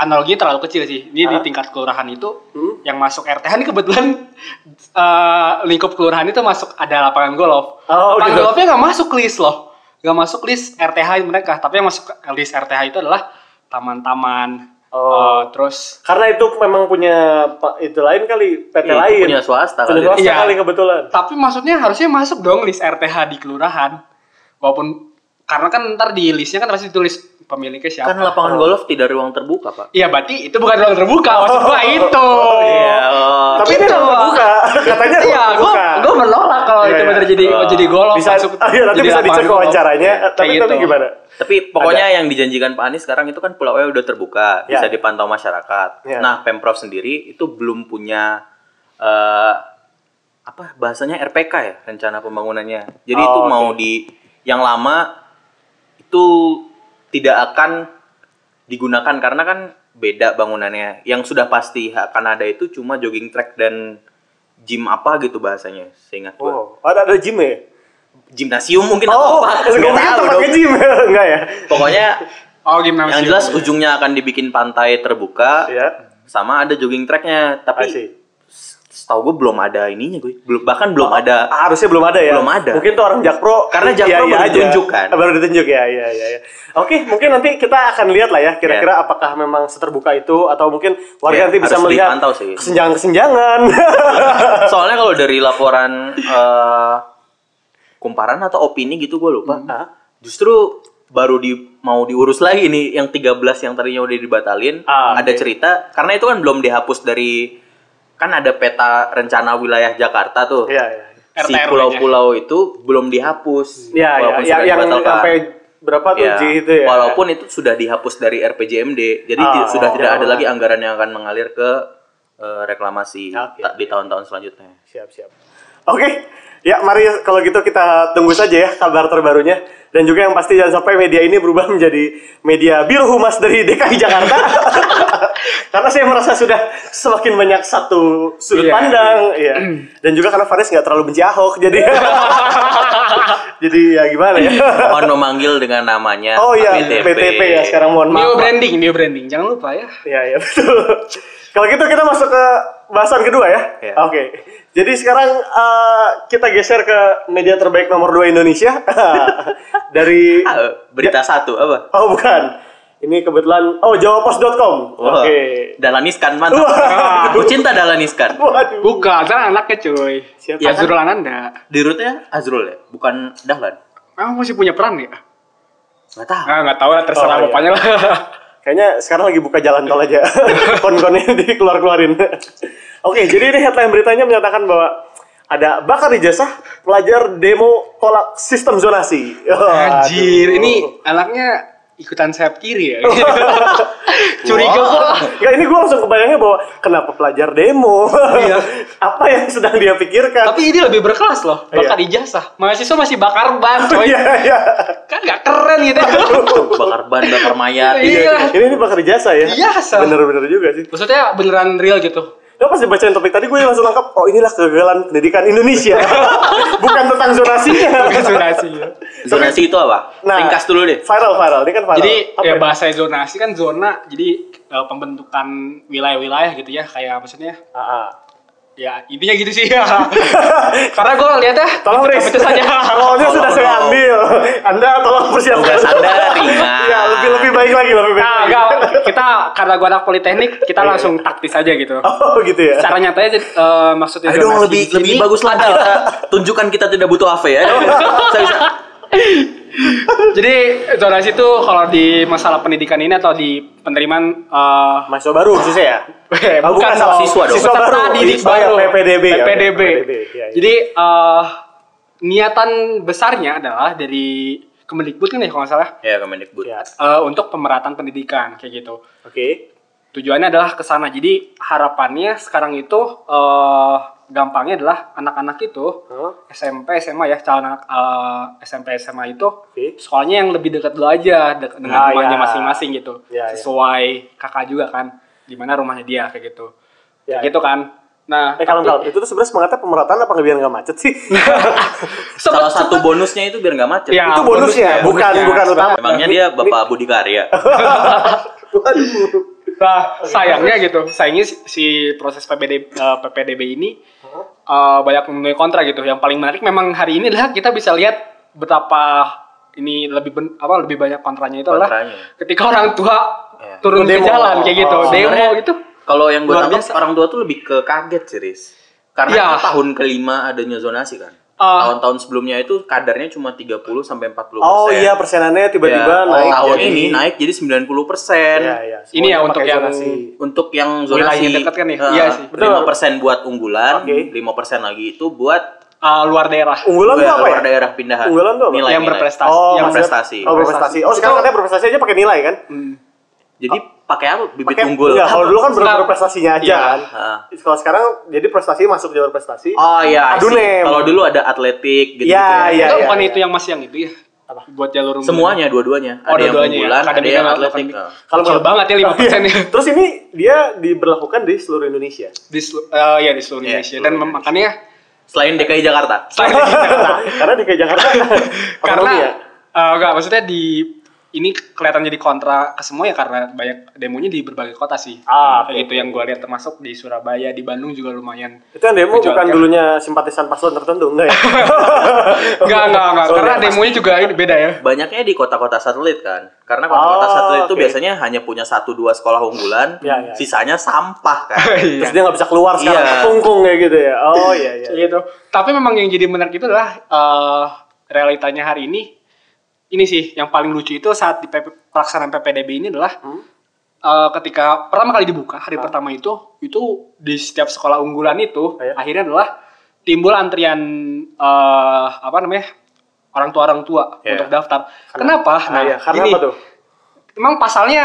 Speaker 3: analoginya terlalu kecil sih. Ini di
Speaker 4: Ah.
Speaker 3: tingkat kelurahan itu
Speaker 4: Hmm?
Speaker 3: yang masuk RTH ini kebetulan eh, lingkup kelurahan itu masuk ada lapangan golf.
Speaker 4: Oh,
Speaker 3: lapangan
Speaker 4: gitu.
Speaker 3: golfnya nggak masuk list loh. Nggak masuk list RTH mereka. Tapi yang masuk ke list RTH itu adalah taman-taman.
Speaker 4: Oh.
Speaker 3: eh, terus
Speaker 4: Karena itu memang punya pa- itu lain kali
Speaker 2: Iya,
Speaker 4: PT
Speaker 2: itu
Speaker 4: lain.
Speaker 2: punya swasta
Speaker 4: Punya
Speaker 2: kali.
Speaker 4: swasta
Speaker 3: Iya.
Speaker 4: kali kebetulan.
Speaker 3: tapi maksudnya harusnya masuk dong list RTH di kelurahan. Walaupun karena kan ntar di listnya kan pasti ditulis pemiliknya siapa.
Speaker 2: kan lapangan golf tidak ruang terbuka, Pak.
Speaker 3: Iya berarti itu bukan ruang terbuka maksud
Speaker 4: Oh,
Speaker 3: gua itu.
Speaker 2: Iya. oh.
Speaker 4: Tapi ini
Speaker 3: gitu.
Speaker 4: ruang terbuka. Katanya
Speaker 3: Iya,
Speaker 4: ruang
Speaker 3: gua
Speaker 4: terbuka.
Speaker 3: gua menolak kalau
Speaker 4: Iya,
Speaker 3: itu
Speaker 4: iya.
Speaker 3: bener jadi
Speaker 2: Oh.
Speaker 3: jadi golok
Speaker 4: bisa ah, iya, nanti
Speaker 3: jadi
Speaker 4: bisa
Speaker 3: lapangan
Speaker 4: dicek
Speaker 3: golok.
Speaker 4: wawancaranya.
Speaker 3: Iya,
Speaker 4: Tapi
Speaker 3: kayak
Speaker 4: tapi
Speaker 3: gitu.
Speaker 4: gimana?
Speaker 2: Tapi pokoknya yang dijanjikan Pak Anies sekarang itu kan pulaunya udah terbuka,
Speaker 4: Ya.
Speaker 2: bisa dipantau masyarakat.
Speaker 4: Ya.
Speaker 2: Nah, Pemprov sendiri itu belum punya eh apa bahasanya RPK ya, rencana pembangunannya. Jadi
Speaker 4: Oh,
Speaker 2: itu
Speaker 4: oke.
Speaker 2: mau di yang lama itu tidak akan digunakan karena kan beda bangunannya. Yang sudah pasti akan ada itu cuma jogging track dan gym apa gitu bahasanya, seingat gua.
Speaker 4: Wow. Oh, Ada ada gym ya?
Speaker 2: Gimnasium mungkin atau apa?
Speaker 4: Oh, nggak
Speaker 2: Iya, nggak
Speaker 4: mungkin
Speaker 2: tahu
Speaker 4: tempat
Speaker 2: dong.
Speaker 4: ke gym enggak ya?
Speaker 2: Pokoknya
Speaker 3: Oh gimnasium.
Speaker 2: yang jelas ujungnya akan dibikin pantai terbuka
Speaker 4: Iya.
Speaker 2: sama ada jogging tracknya
Speaker 4: I
Speaker 2: tapi
Speaker 4: see.
Speaker 2: setahu gue belum ada ininya gue belum bahkan belum ada
Speaker 4: Harusnya belum ada ya.
Speaker 2: Belum ada.
Speaker 4: Mungkin tuh orang Jakpro
Speaker 2: Karena
Speaker 4: iya,
Speaker 2: Jakpro
Speaker 4: iya
Speaker 2: baru
Speaker 4: aja.
Speaker 2: ditunjuk kan.
Speaker 4: Ah, Baru ditunjuk ya, iya iya iya. Oke, mungkin nanti kita akan lihat lah ya kira-kira apakah memang seterbuka itu atau mungkin warga
Speaker 2: Ya,
Speaker 4: nanti bisa
Speaker 2: Iya. harus
Speaker 4: melihat
Speaker 2: dipantau sih.
Speaker 4: kesenjangan-kesenjangan.
Speaker 2: soalnya kalau dari laporan eh, kumparan atau opini gitu gue lupa
Speaker 4: Hah?
Speaker 2: justru baru di mau diurus lagi nih yang 13 yang tadinya udah dibatalin
Speaker 4: Ah,
Speaker 2: ada
Speaker 4: oke.
Speaker 2: cerita karena itu kan belum dihapus dari kan ada peta rencana wilayah Jakarta tuh
Speaker 4: Iya iya.
Speaker 2: si
Speaker 3: RTRW-nya.
Speaker 2: pulau-pulau itu belum dihapus
Speaker 4: Iya, iya.
Speaker 2: walaupun
Speaker 4: yang
Speaker 2: sudah
Speaker 4: yang
Speaker 2: dibatalkan.
Speaker 4: sampai berapa tuh
Speaker 2: Ya,
Speaker 4: J itu ya?
Speaker 2: Walaupun itu sudah dihapus dari RPJMD, jadi
Speaker 4: Ah,
Speaker 2: ti- sudah
Speaker 4: oh,
Speaker 2: tidak
Speaker 4: iya,
Speaker 2: ada
Speaker 4: iya.
Speaker 2: lagi anggaran yang akan mengalir ke eh, reklamasi
Speaker 4: Oke,
Speaker 2: ta- di tahun-tahun selanjutnya.
Speaker 4: siap siap. Oke. Ya, mari kalau gitu kita tunggu saja ya kabar terbarunya dan juga yang pasti jangan sampai media ini berubah menjadi media biru humas dari DKI Jakarta. karena saya merasa sudah semakin banyak satu sudut
Speaker 3: Iya.
Speaker 4: pandang, iya. Dan juga karena Faris nggak terlalu benci Ahok, jadi jadi ya gimana ya?
Speaker 2: Mohon memanggil dengan namanya
Speaker 4: Oh iya,
Speaker 2: PTP.
Speaker 4: PTP ya sekarang mohon
Speaker 3: New
Speaker 4: maaf.
Speaker 3: branding, new branding. Jangan lupa ya.
Speaker 4: Iya, iya betul. Kalau gitu kita masuk ke bahasan kedua ya.
Speaker 2: Iya.
Speaker 4: Oke. Jadi sekarang eh, kita geser ke media terbaik nomor 2 Indonesia dari
Speaker 2: Ah, berita satu apa?
Speaker 4: Oh, bukan. Ini kebetulan oh jawapos.com.
Speaker 2: Wah,
Speaker 4: Oke.
Speaker 2: Dalaniskan mantap.
Speaker 4: Wah.
Speaker 2: Aku cinta Dalaniskan.
Speaker 4: Waduh.
Speaker 3: Buka, kan anaknya cuy.
Speaker 4: Siapa?
Speaker 3: Ya, Azrul Ananda.
Speaker 2: Di rootnya Azrul ya, bukan Dahlan.
Speaker 3: Emang masih punya peran ya?
Speaker 2: Nggak tahu.
Speaker 3: Ah nggak tahu lah terserah
Speaker 4: Oh, iya.
Speaker 3: bapaknya lah.
Speaker 4: Kayaknya sekarang lagi buka jalan tol aja. Kon-konnya dikeluar-keluarin. Oke, jadi ini headline beritanya menyatakan bahwa ada bakar ijazah pelajar demo tolak sistem zonasi. Waduh.
Speaker 3: Anjir, ini anaknya ikutan sayap kiri ya. Curiga kok.
Speaker 4: Enggak, ini gue langsung kebayangnya bahwa kenapa pelajar demo? Apa yang sedang dia pikirkan?
Speaker 3: Iya. Tapi ini lebih berkelas loh, bakar ijazah. Mahasiswa masih bakar ban, coy.
Speaker 4: Oh Iya, iya.
Speaker 3: Kan nggak keren gitu.
Speaker 2: Bakar ban, bakar mayat.
Speaker 3: Iya.
Speaker 4: Ini ini bakar jasa ya?
Speaker 3: Jasa.
Speaker 4: Bener-bener juga sih.
Speaker 3: Maksudnya beneran real gitu.
Speaker 4: Nah, pas dibacain topik tadi gue langsung nangkap, oh inilah kegagalan pendidikan Indonesia. Bukan tentang zonasinya.
Speaker 3: zonasi ya.
Speaker 2: Zonasi itu apa?
Speaker 4: Nah.
Speaker 2: Ringkas dulu deh.
Speaker 4: Viral, viral. Ini kan viral.
Speaker 3: Jadi
Speaker 4: Apa
Speaker 3: ya
Speaker 4: ini?
Speaker 3: bahasa zonasi kan zona, jadi eh, pembentukan wilayah-wilayah gitu ya, kayak maksudnya
Speaker 4: Ah, ah.
Speaker 3: ya intinya gitu sih ya. Karena ya, gue lihatnya
Speaker 4: Tolong Riz,
Speaker 3: itu saja.
Speaker 4: rollnya sudah saya
Speaker 2: Tolong.
Speaker 4: ambil. Anda tolong persiapkan.
Speaker 2: Tugas Anda ringan.
Speaker 4: Iya, lebih lebih baik lagi, lebih baik.
Speaker 3: Nah,
Speaker 4: lagi.
Speaker 3: enggak, kita karena gue anak politeknik,
Speaker 4: Iya.
Speaker 3: kita langsung taktis aja gitu.
Speaker 4: Oh gitu ya.
Speaker 3: Cara nyatanya eh, maksudnya
Speaker 2: Ayo dong
Speaker 3: zonasi
Speaker 2: lebih
Speaker 3: di
Speaker 2: lebih
Speaker 3: sini-
Speaker 2: bagus lagi kita tunjukkan kita tidak butuh AV ya. Saya bisa
Speaker 3: Jadi zonasi itu kalau di masalah pendidikan ini atau di penerimaan eh,
Speaker 4: Mahasiswa baru khususnya ya?
Speaker 3: Eh,
Speaker 4: Oh, bukan,
Speaker 3: dong.
Speaker 2: siswa dong.
Speaker 4: Siswa
Speaker 3: Peserta
Speaker 4: baru.
Speaker 3: didik
Speaker 4: Oh, ya,
Speaker 3: baru.
Speaker 4: PPDB ya,
Speaker 3: PPDB.
Speaker 4: PPDB, iya, iya.
Speaker 3: Jadi eh, niatan besarnya adalah dari Kemendikbud kan ya kalau nggak salah
Speaker 2: ya Kemendikbud.
Speaker 4: Ya.
Speaker 3: eh, untuk pemerataan pendidikan kayak gitu.
Speaker 4: Oke.
Speaker 3: Tujuannya adalah ke sana. Jadi harapannya sekarang itu eh, gampangnya adalah anak-anak itu
Speaker 4: Hah?
Speaker 3: SMP SMA ya calon anak eh, SMP SMA itu
Speaker 4: Oke.
Speaker 3: sekolahnya yang lebih dekat dulu aja dek- dengan
Speaker 4: Ah,
Speaker 3: rumahnya
Speaker 4: ya.
Speaker 3: masing-masing gitu
Speaker 4: Ya, ya.
Speaker 3: sesuai kakak juga kan di mana rumahnya dia kayak gitu
Speaker 4: Ya,
Speaker 3: Kayak gitu kan nah
Speaker 4: Eh kalau kalau itu tuh sebenarnya semangatnya pemerataan apa biar nggak macet sih?
Speaker 2: Salah satu bonusnya itu biar nggak
Speaker 3: Ya,
Speaker 2: macet.
Speaker 3: Ah,
Speaker 4: itu bonusnya, ya? bukan bukan utama.
Speaker 2: Emangnya dia Bapak Budi Karya.
Speaker 4: Waduh.
Speaker 3: Nah, sayangnya gitu sayangnya si, si proses PPD, eh, PPDB ini eh, banyak memenuhi kontra gitu yang paling menarik memang hari ini adalah kita bisa lihat betapa ini lebih ben- apa lebih banyak kontranya itu
Speaker 2: Kontranya.
Speaker 3: adalah ketika orang tua
Speaker 2: Iya.
Speaker 3: turun ke
Speaker 4: Demo.
Speaker 3: jalan kayak gitu
Speaker 4: Oh,
Speaker 3: demo
Speaker 2: Sebenarnya,
Speaker 3: gitu
Speaker 2: Kalau yang gue
Speaker 3: Luar
Speaker 2: tangkap
Speaker 3: biasa.
Speaker 2: orang tua tuh lebih ke kaget sih, Riz. Karena
Speaker 3: Iya.
Speaker 2: itu tahun kelima adanya zonasi kan.
Speaker 3: Ah.
Speaker 2: Tahun-tahun sebelumnya itu kadarnya cuma 30 sampai 40
Speaker 4: Oh iya persenannya tiba-tiba
Speaker 2: Ya,
Speaker 4: naik.
Speaker 2: tahun
Speaker 4: jadi-
Speaker 2: ini naik jadi 90 persen.
Speaker 4: Iya, iya.
Speaker 3: Ini ya
Speaker 4: Semuanya
Speaker 3: untuk
Speaker 4: pakai
Speaker 3: yang-
Speaker 4: zonasi.
Speaker 2: Untuk yang
Speaker 3: Wilayah
Speaker 2: zonasi
Speaker 3: yang dekat kan ya?
Speaker 2: eh,
Speaker 3: Iya sih.
Speaker 4: Betul.
Speaker 2: 5% buat unggulan,
Speaker 4: Oke.
Speaker 2: 5% lagi itu buat
Speaker 3: eh, luar daerah
Speaker 4: Unggulan tuh
Speaker 2: luar-
Speaker 4: apa ya?
Speaker 2: luar daerah pindahan.
Speaker 4: Unggulan tuh apa?
Speaker 2: Nilai,
Speaker 3: yang
Speaker 2: nilai.
Speaker 3: berprestasi
Speaker 4: Oh,
Speaker 3: yang
Speaker 4: maksudnya-
Speaker 2: berprestasi.
Speaker 4: Oh, berprestasi. Oh, sekarang katanya berprestasi aja pakai nilai kan?
Speaker 2: Jadi pakai apa? Bibit
Speaker 4: Pakai
Speaker 2: unggul.
Speaker 4: Enggak, kalau dulu kan ber-
Speaker 3: Sekarang-
Speaker 4: berprestasinya aja
Speaker 3: Iya.
Speaker 4: kan.
Speaker 2: Ah.
Speaker 4: Kalau sekarang jadi prestasi masuk jalur prestasi.
Speaker 2: Oh iya, I see.
Speaker 4: Adu nem.
Speaker 2: Kalau dulu ada atletik gitu.
Speaker 4: Iya, iya,
Speaker 3: Itu
Speaker 4: iya.
Speaker 3: bukan
Speaker 4: iya.
Speaker 3: itu yang masih yang itu ya buat
Speaker 4: ya.
Speaker 3: jalur unggulan.
Speaker 2: Semuanya dua-duanya. ada
Speaker 3: Oh,
Speaker 2: yang
Speaker 3: dua-duanya ya.
Speaker 2: unggulan, ada
Speaker 3: Akademik
Speaker 2: yang
Speaker 3: sama
Speaker 2: atletik.
Speaker 3: akademik.
Speaker 2: Ah.
Speaker 4: Kalau
Speaker 3: Kecil banget ya 5% ya.
Speaker 4: Iya. Terus ini dia diberlakukan di seluruh Indonesia.
Speaker 3: di selu- eh, ya di seluruh
Speaker 2: Iya, ya?
Speaker 3: Indonesia
Speaker 2: seluruh
Speaker 3: dan
Speaker 2: Indonesia.
Speaker 3: makanya
Speaker 2: Selain DKI Jakarta.
Speaker 3: selain di Jakarta
Speaker 4: Karena di Jakarta
Speaker 3: karena
Speaker 4: ekonomi ya.
Speaker 3: eh, enggak maksudnya di ini kelihatan jadi kontra ke semua ya karena banyak demonya di berbagai kota sih.
Speaker 4: Ah,
Speaker 3: Kayak gitu yang gua lihat termasuk di Surabaya, di Bandung juga lumayan.
Speaker 4: Itu yang demo
Speaker 3: Kejuaraan.
Speaker 4: bukan dulunya simpatisan paslon tertentu, enggak ya?
Speaker 3: Enggak, enggak, enggak.
Speaker 4: Sorry,
Speaker 3: Karena
Speaker 4: ya, Mas.
Speaker 3: demonya juga ini beda ya.
Speaker 2: Banyaknya di kota-kota satelit kan. Karena kota-kota
Speaker 4: Oh,
Speaker 2: satelit itu
Speaker 4: oke.
Speaker 2: biasanya hanya punya satu dua sekolah unggulan,
Speaker 4: Iya, iya.
Speaker 2: sisanya sampah kan.
Speaker 3: Iya.
Speaker 4: Terus dia nggak bisa keluar sekarang
Speaker 2: Iya.
Speaker 4: kungkung kayak gitu ya. Oh iya iya.
Speaker 3: Kayak gitu. Tapi memang yang jadi menarik itu adalah eh, realitanya hari ini. Ini sih yang paling lucu itu saat di PP pelaksanaan PPDB ini adalah
Speaker 4: Hmm?
Speaker 3: eh, ketika pertama kali dibuka
Speaker 4: Ah.
Speaker 3: hari pertama itu itu di setiap sekolah unggulan itu
Speaker 4: Iya.
Speaker 3: akhirnya adalah timbul antrian eh, apa namanya orang tua orang tua
Speaker 2: Iya.
Speaker 3: untuk daftar. Kenapa?
Speaker 4: Nah, iya, Ya. karena
Speaker 3: ini,
Speaker 4: apa tuh?
Speaker 3: Emang pasalnya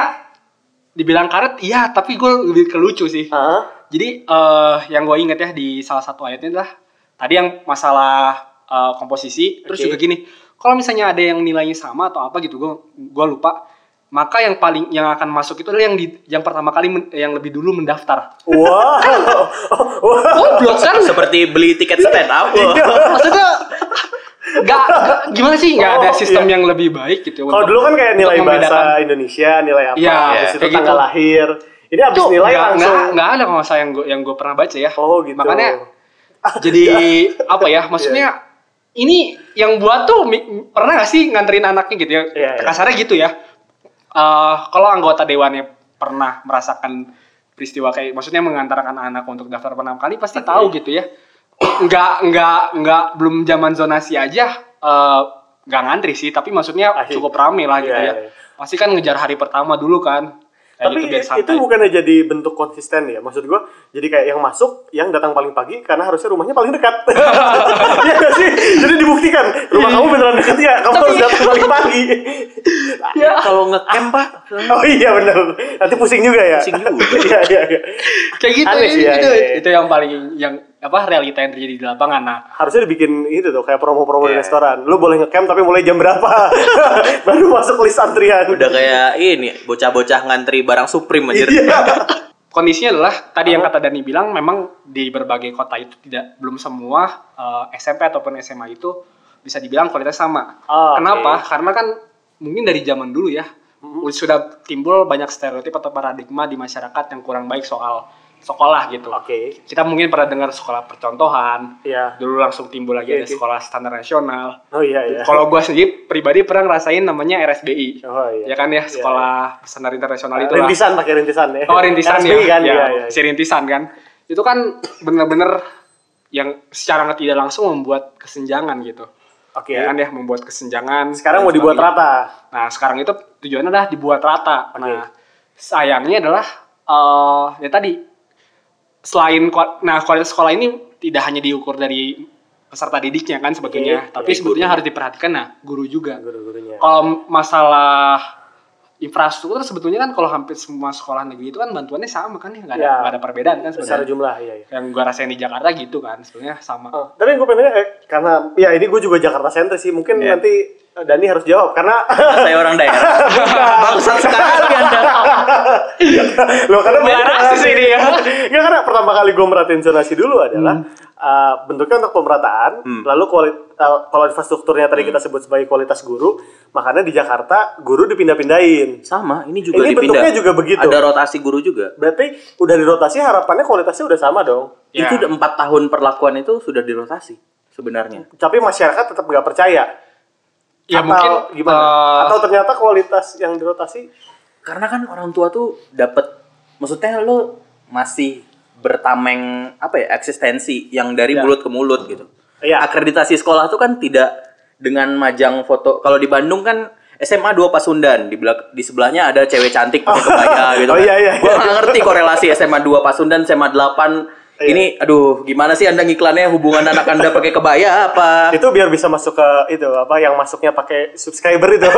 Speaker 3: dibilang karet, iya tapi gue lebih kelucu sih.
Speaker 4: Heeh.
Speaker 3: Jadi eh yang gue inget ya di salah satu ayatnya adalah tadi yang masalah eh, komposisi
Speaker 4: Oke.
Speaker 3: terus juga gini kalau misalnya ada yang nilainya sama atau apa gitu gue gua lupa maka yang paling yang akan masuk itu adalah yang di, yang pertama kali men- yang lebih dulu mendaftar
Speaker 4: Wah. Wah.
Speaker 3: goblok kan
Speaker 2: Seperti beli tiket stand up.
Speaker 4: Iya,
Speaker 3: maksudnya nggak nggak- gimana sih nggak ada
Speaker 4: Oh,
Speaker 3: sistem
Speaker 4: iya.
Speaker 3: yang lebih baik gitu
Speaker 4: Kalau
Speaker 3: untuk-
Speaker 4: dulu kan kayak
Speaker 3: untuk
Speaker 4: nilai
Speaker 3: membedakan.
Speaker 4: bahasa Indonesia, nilai apa,
Speaker 3: Iya,
Speaker 4: habis itu
Speaker 3: kayak gitu.
Speaker 4: tanggal lahir. Ini habis
Speaker 3: Itu
Speaker 4: nilai
Speaker 3: nggak-
Speaker 4: langsung.
Speaker 3: nggak- nggak ada kalau nggak salah yang gue yang gue pernah baca ya
Speaker 4: Oh, gitu.
Speaker 3: makanya jadi
Speaker 4: Iya.
Speaker 3: apa ya maksudnya ini yang buat tuh mi- pernah gak sih nganterin anaknya gitu ya
Speaker 4: Iya, iya.
Speaker 3: kasarnya gitu ya Eh, kalau anggota dewannya pernah merasakan peristiwa kayak maksudnya mengantarkan anak untuk daftar pertama kali pasti tahu gitu ya nggak nggak nggak belum zaman zonasi aja eh, nggak ngantri sih tapi maksudnya
Speaker 4: Asik.
Speaker 3: cukup rame lah gitu
Speaker 4: Iya,
Speaker 3: ya
Speaker 4: iya.
Speaker 3: pasti kan ngejar hari pertama dulu kan Kayak
Speaker 4: Tapi
Speaker 3: gitu biar
Speaker 4: itu
Speaker 3: santai.
Speaker 4: bukannya jadi bentuk konsisten ya? Maksud gua jadi kayak yang masuk, yang datang paling pagi karena harusnya rumahnya paling dekat. Iya nggak sih? Jadi dibuktikan rumah
Speaker 3: Iya,
Speaker 4: kamu beneran dekat ya, kamu harus datang paling pagi. iya.
Speaker 2: Kalau ngecamp pak,
Speaker 4: Oh iya benar. Nanti pusing juga ya.
Speaker 2: Pusing juga.
Speaker 4: Iya iya. iya.
Speaker 3: kayak gitu
Speaker 4: Aneh sih, ya,
Speaker 3: itu,
Speaker 4: ya, ya.
Speaker 3: itu yang paling yang apa realita yang terjadi di lapangan nah
Speaker 4: Harusnya dibikin itu tuh kayak promo-promo di
Speaker 2: Iya.
Speaker 4: restoran. Lu boleh ngecamp tapi mulai jam berapa? Baru masuk list antrian.
Speaker 2: udah kayak ini bocah-bocah ngantri barang Supreme anjir.
Speaker 4: Iya.
Speaker 3: kondisinya adalah tadi yang kata Dani bilang memang di berbagai kota itu tidak belum semua eh, SMP ataupun SMA itu bisa dibilang kualitas sama.
Speaker 4: Ah,
Speaker 3: Kenapa? Karena kan mungkin dari zaman dulu ya sudah timbul banyak stereotip atau paradigma di masyarakat yang kurang baik soal sekolah gitu.
Speaker 4: Oke.
Speaker 3: Kita mungkin pernah dengar sekolah percontohan.
Speaker 4: Iya.
Speaker 3: Dulu langsung timbul lagi
Speaker 4: Oke,
Speaker 3: ada
Speaker 4: oke.
Speaker 3: sekolah standar nasional.
Speaker 4: Oh iya iya.
Speaker 3: Kalau gue sendiri pribadi pernah ngerasain namanya RSBI.
Speaker 4: Oh, iya. Nah,
Speaker 3: Ya kan ya sekolah standar internasional itu lah.
Speaker 4: rintisan pakai rintisan ya.
Speaker 3: Oh rintisan
Speaker 4: RSBI
Speaker 3: ya.
Speaker 4: kan.
Speaker 3: ya,
Speaker 4: Iya iya.
Speaker 3: si rintisan kan. Itu kan bener-bener yang secara nggak tidak langsung membuat kesenjangan gitu.
Speaker 4: Oke.
Speaker 3: Ya kan ya membuat kesenjangan.
Speaker 4: Sekarang
Speaker 3: dan
Speaker 4: mau dibuat
Speaker 3: sebagainya.
Speaker 4: rata.
Speaker 3: Nah sekarang itu tujuannya adalah dibuat rata.
Speaker 4: Oke.
Speaker 3: Nah sayangnya adalah eh ya tadi selain kual- nah kualitas sekolah ini tidak hanya diukur dari peserta didiknya kan sebetulnya,
Speaker 4: Oke.
Speaker 3: tapi sebetulnya harus diperhatikan nah guru juga.
Speaker 4: Guru-gurunya.
Speaker 3: Kalau masalah infrastruktur sebetulnya kan kalau hampir semua sekolah negeri itu kan bantuannya sama kan ya nggak ada
Speaker 4: Ya.
Speaker 3: nggak ada perbedaan kan
Speaker 4: Secara
Speaker 3: sebenarnya.
Speaker 4: jumlah iya iya.
Speaker 3: Yang gua rasain di Jakarta gitu kan sebetulnya sama.
Speaker 4: Oh, tapi gue pengen eh, karena ya ini gue juga Jakarta sentris sih mungkin
Speaker 2: Iya.
Speaker 4: nanti eh, Dani harus jawab karena
Speaker 2: saya orang daerah. Bangsat sekali Anda.
Speaker 4: Loh karena
Speaker 3: Nggak
Speaker 4: pertama
Speaker 3: rasis
Speaker 4: kali-
Speaker 3: ini ya.
Speaker 4: Nggak, karena pertama kali gue merhatiin zonasi dulu adalah
Speaker 3: Hmm.
Speaker 4: uh, bentuknya untuk pemerataan, lalu kuali- uh, kalau infrastrukturnya tadi
Speaker 3: Hmm.
Speaker 4: kita sebut sebagai kualitas guru, makanya di Jakarta guru dipindah-pindahin.
Speaker 2: Sama, ini juga
Speaker 4: Ini
Speaker 2: dipindah.
Speaker 4: bentuknya juga begitu.
Speaker 2: Ada rotasi guru juga.
Speaker 4: Berarti udah dirotasi harapannya kualitasnya udah sama dong.
Speaker 3: Ya.
Speaker 2: Itu udah empat tahun perlakuan itu sudah dirotasi sebenarnya.
Speaker 4: Tapi masyarakat tetap nggak percaya.
Speaker 3: ya
Speaker 4: Atau
Speaker 3: mungkin
Speaker 4: gimana?
Speaker 3: eh,
Speaker 4: Atau ternyata kualitas yang dirotasi
Speaker 2: Karena kan orang tua tuh dapat maksudnya lo masih bertameng apa ya eksistensi yang dari mulut ke mulut gitu.
Speaker 4: Iya.
Speaker 2: Akreditasi sekolah tuh kan tidak dengan majang foto. Kalau di Bandung kan SMA 2 Pasundan di belak- di sebelahnya ada cewek cantik pakai kebaya gitu.
Speaker 4: Oh,
Speaker 2: kan.
Speaker 4: iya, iya,
Speaker 2: Gua
Speaker 4: iya.
Speaker 2: nggak ngerti korelasi SMA 2 Pasundan SMA 8
Speaker 4: Iya.
Speaker 2: ini aduh gimana sih Anda ngiklannya hubungan anak Anda pakai kebaya apa?
Speaker 4: itu biar bisa masuk ke itu apa yang masuknya pakai subscriber itu.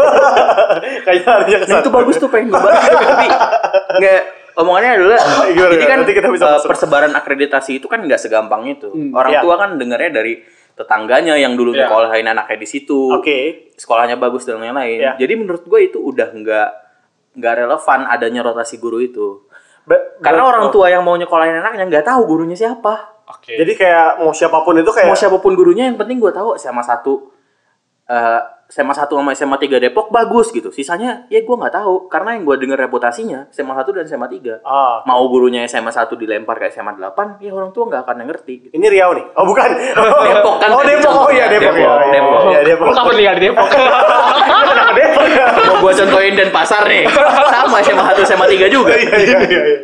Speaker 4: Kayaknya harusnya
Speaker 2: Nah
Speaker 4: kesana.
Speaker 2: itu bagus tuh pengen gue bahas tapi nggak omongannya adalah
Speaker 4: Gimana,
Speaker 2: jadi kan
Speaker 4: nanti kita bisa
Speaker 2: eh,
Speaker 4: masuk.
Speaker 2: persebaran akreditasi itu kan nggak segampang itu. Orang
Speaker 4: Iya.
Speaker 2: tua kan dengarnya dari tetangganya yang dulu
Speaker 3: Iya.
Speaker 2: nyekolahin anaknya di situ.
Speaker 4: Oke.
Speaker 2: Sekolahnya bagus dan lain-lain.
Speaker 4: Iya.
Speaker 2: Jadi menurut gue itu udah nggak nggak relevan adanya rotasi guru itu.
Speaker 4: Ba-
Speaker 2: Karena
Speaker 4: ba-
Speaker 2: orang
Speaker 4: oh.
Speaker 2: tua yang mau nyekolahin anaknya nggak tahu gurunya siapa.
Speaker 3: oke.
Speaker 4: Jadi kayak mau siapapun itu kayak
Speaker 2: Mau siapapun gurunya yang penting gue tahu SMA 1 eh SMA 1 sama SMA 3 Depok bagus gitu. Sisanya ya gue nggak tahu karena yang gue dengar reputasinya SMA 1 dan SMA 3.
Speaker 4: Ah,
Speaker 2: mau gurunya SMA 1 dilempar ke SMA 8 ya orang tua nggak akan ngerti gitu.
Speaker 4: ini Riau nih. Oh, bukan.
Speaker 2: Depok kan
Speaker 4: Oh,
Speaker 2: tadi
Speaker 4: Depok. Oh iya, Depok.
Speaker 2: Depok,
Speaker 4: ya.
Speaker 2: Depok.
Speaker 4: Iya, Depok.
Speaker 3: Lu kapan Oh, tinggal di Depok?
Speaker 4: Kenapa Depok?
Speaker 2: mau gue contohin dan pasar nih sama SMA 1 SMA 3 juga
Speaker 4: Iya, iya, iya. iya.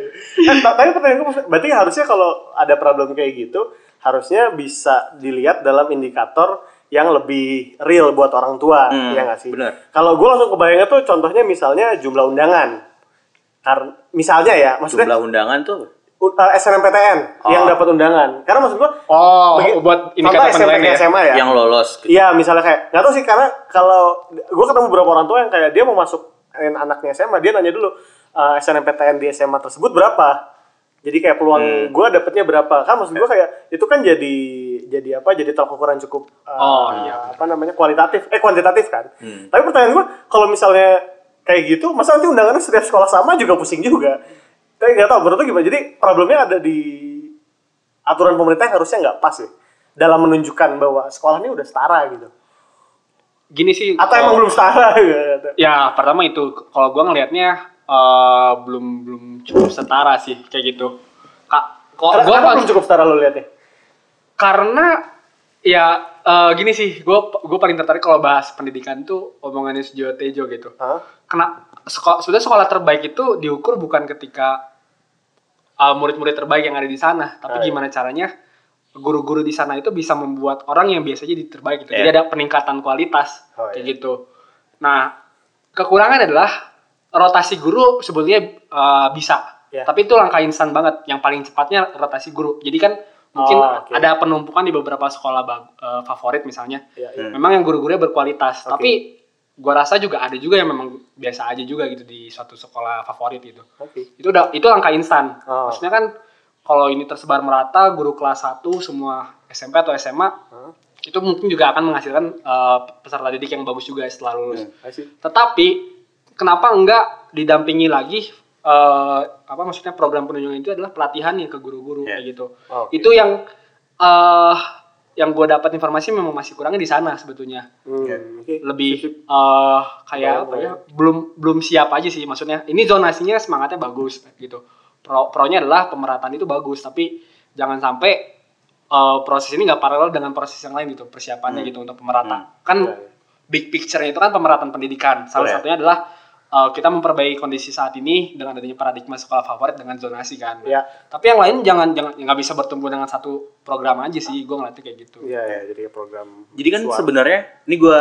Speaker 4: Eh, ta- Tapi pertanyaan gue maksudnya, berarti harusnya kalau ada problem kayak gitu, harusnya bisa dilihat dalam indikator yang lebih real buat orang tua,
Speaker 2: Hmm,
Speaker 4: ya nggak sih?
Speaker 2: bener.
Speaker 4: Kalau gue langsung kebayangnya tuh contohnya misalnya jumlah undangan. Kar- misalnya ya, maksudnya
Speaker 2: jumlah undangan tuh
Speaker 4: u- eh, SNMPTN yang
Speaker 2: Oh.
Speaker 4: dapat undangan. Karena maksud gue,
Speaker 3: Oh,
Speaker 4: bagi-
Speaker 3: buat ini
Speaker 4: contoh
Speaker 3: kata
Speaker 4: SMP
Speaker 3: penilaian ya.
Speaker 4: SMA ya.
Speaker 2: yang lolos gitu.
Speaker 4: Iya misalnya kayak nggak tahu sih karena kalau gue ketemu beberapa orang tua yang kayak dia mau masuk anaknya SMA dia nanya dulu eh, SNMPTN di SMA tersebut berapa jadi kayak peluang gua gue dapetnya berapa kan maksud gue kayak itu kan jadi jadi apa jadi tolak ukuran cukup eh,
Speaker 3: Oh, iya. Hmm.
Speaker 4: apa namanya kualitatif eh kuantitatif kan tapi pertanyaan gue kalau misalnya kayak gitu masa nanti undangannya setiap sekolah sama juga pusing juga tapi nggak tahu menurut lu gimana jadi problemnya ada di aturan pemerintah yang harusnya nggak pas ya dalam menunjukkan bahwa sekolah ini udah setara gitu
Speaker 3: Gini sih.
Speaker 4: atau
Speaker 3: kalau-
Speaker 4: emang belum setara gitu.
Speaker 3: Ya pertama itu kalau gua ngelihatnya eh, belum belum cukup setara sih kayak gitu. Kak,
Speaker 4: Karena-
Speaker 3: kalau Oh, gua
Speaker 4: kenapa
Speaker 3: pas-
Speaker 4: belum cukup setara lo liatnya
Speaker 3: karena ya eh, gini sih, gua gua paling tertarik kalau bahas pendidikan tuh omongannya Sujo Tejo gitu.
Speaker 4: Hah?
Speaker 3: Kena sekolah sebenarnya sekolah terbaik itu diukur bukan ketika eh, murid-murid terbaik yang ada di sana, tapi
Speaker 4: Ah, iya.
Speaker 3: gimana caranya guru-guru di sana itu bisa membuat orang yang biasanya jadi terbaik gitu. Jadi
Speaker 2: Iya.
Speaker 3: ada peningkatan kualitas
Speaker 4: Oh,
Speaker 3: kayak
Speaker 4: iya.
Speaker 3: gitu. Nah, kekurangan adalah rotasi guru sebetulnya eh, bisa.
Speaker 4: Iya.
Speaker 3: Tapi itu langkah instan banget. Yang paling cepatnya rotasi guru. Jadi kan mungkin
Speaker 4: Oh, oke.
Speaker 3: ada penumpukan di beberapa sekolah bag- eh, favorit misalnya.
Speaker 4: Iya, iya.
Speaker 3: Memang yang guru-gurunya berkualitas,
Speaker 4: Oke.
Speaker 3: tapi gua rasa juga ada juga yang memang biasa aja juga gitu di suatu sekolah favorit gitu.
Speaker 4: Oke.
Speaker 3: Itu udah itu langkah instan.
Speaker 4: Oh.
Speaker 3: Maksudnya kan kalau ini tersebar merata guru kelas 1 semua SMP atau SMA itu mungkin juga akan menghasilkan eh, peserta didik
Speaker 4: Hmm.
Speaker 3: yang bagus juga setelah lulus.
Speaker 4: I see.
Speaker 3: Tetapi kenapa enggak didampingi lagi eh, apa maksudnya program penunjukan itu adalah pelatihan yang ke guru-guru
Speaker 2: Iya.
Speaker 3: kayak gitu.
Speaker 4: Oh, Oke.
Speaker 3: Itu yang eh yang gue dapat informasi memang masih kurangnya di sana sebetulnya.
Speaker 4: Hmm, oke.
Speaker 3: Iya. Lebih eh kayak apa ya?
Speaker 4: Bayang-bayang.
Speaker 3: Belum belum siap aja sih maksudnya. Ini zonasinya semangatnya bagus gitu. Pro pronya adalah pemerataan itu bagus tapi jangan sampai eh, proses ini nggak paralel dengan proses yang lain gitu persiapannya
Speaker 2: Hmm.
Speaker 3: gitu untuk pemerata.
Speaker 2: Hmm.
Speaker 3: Kan
Speaker 4: Iya.
Speaker 3: big picture-nya itu kan pemerataan pendidikan. Salah
Speaker 2: Iya.
Speaker 3: satunya adalah eh, kita memperbaiki kondisi saat ini dengan adanya paradigma sekolah favorit dengan zonasi kan.
Speaker 4: Iya.
Speaker 3: Tapi yang lain jangan jangan ya nggak bisa bertumbuh dengan satu program aja sih. Gue ngeliatnya kayak gitu.
Speaker 4: Iya, ya, jadi program.
Speaker 2: Jadi kan
Speaker 4: suara.
Speaker 2: sebenarnya ini gue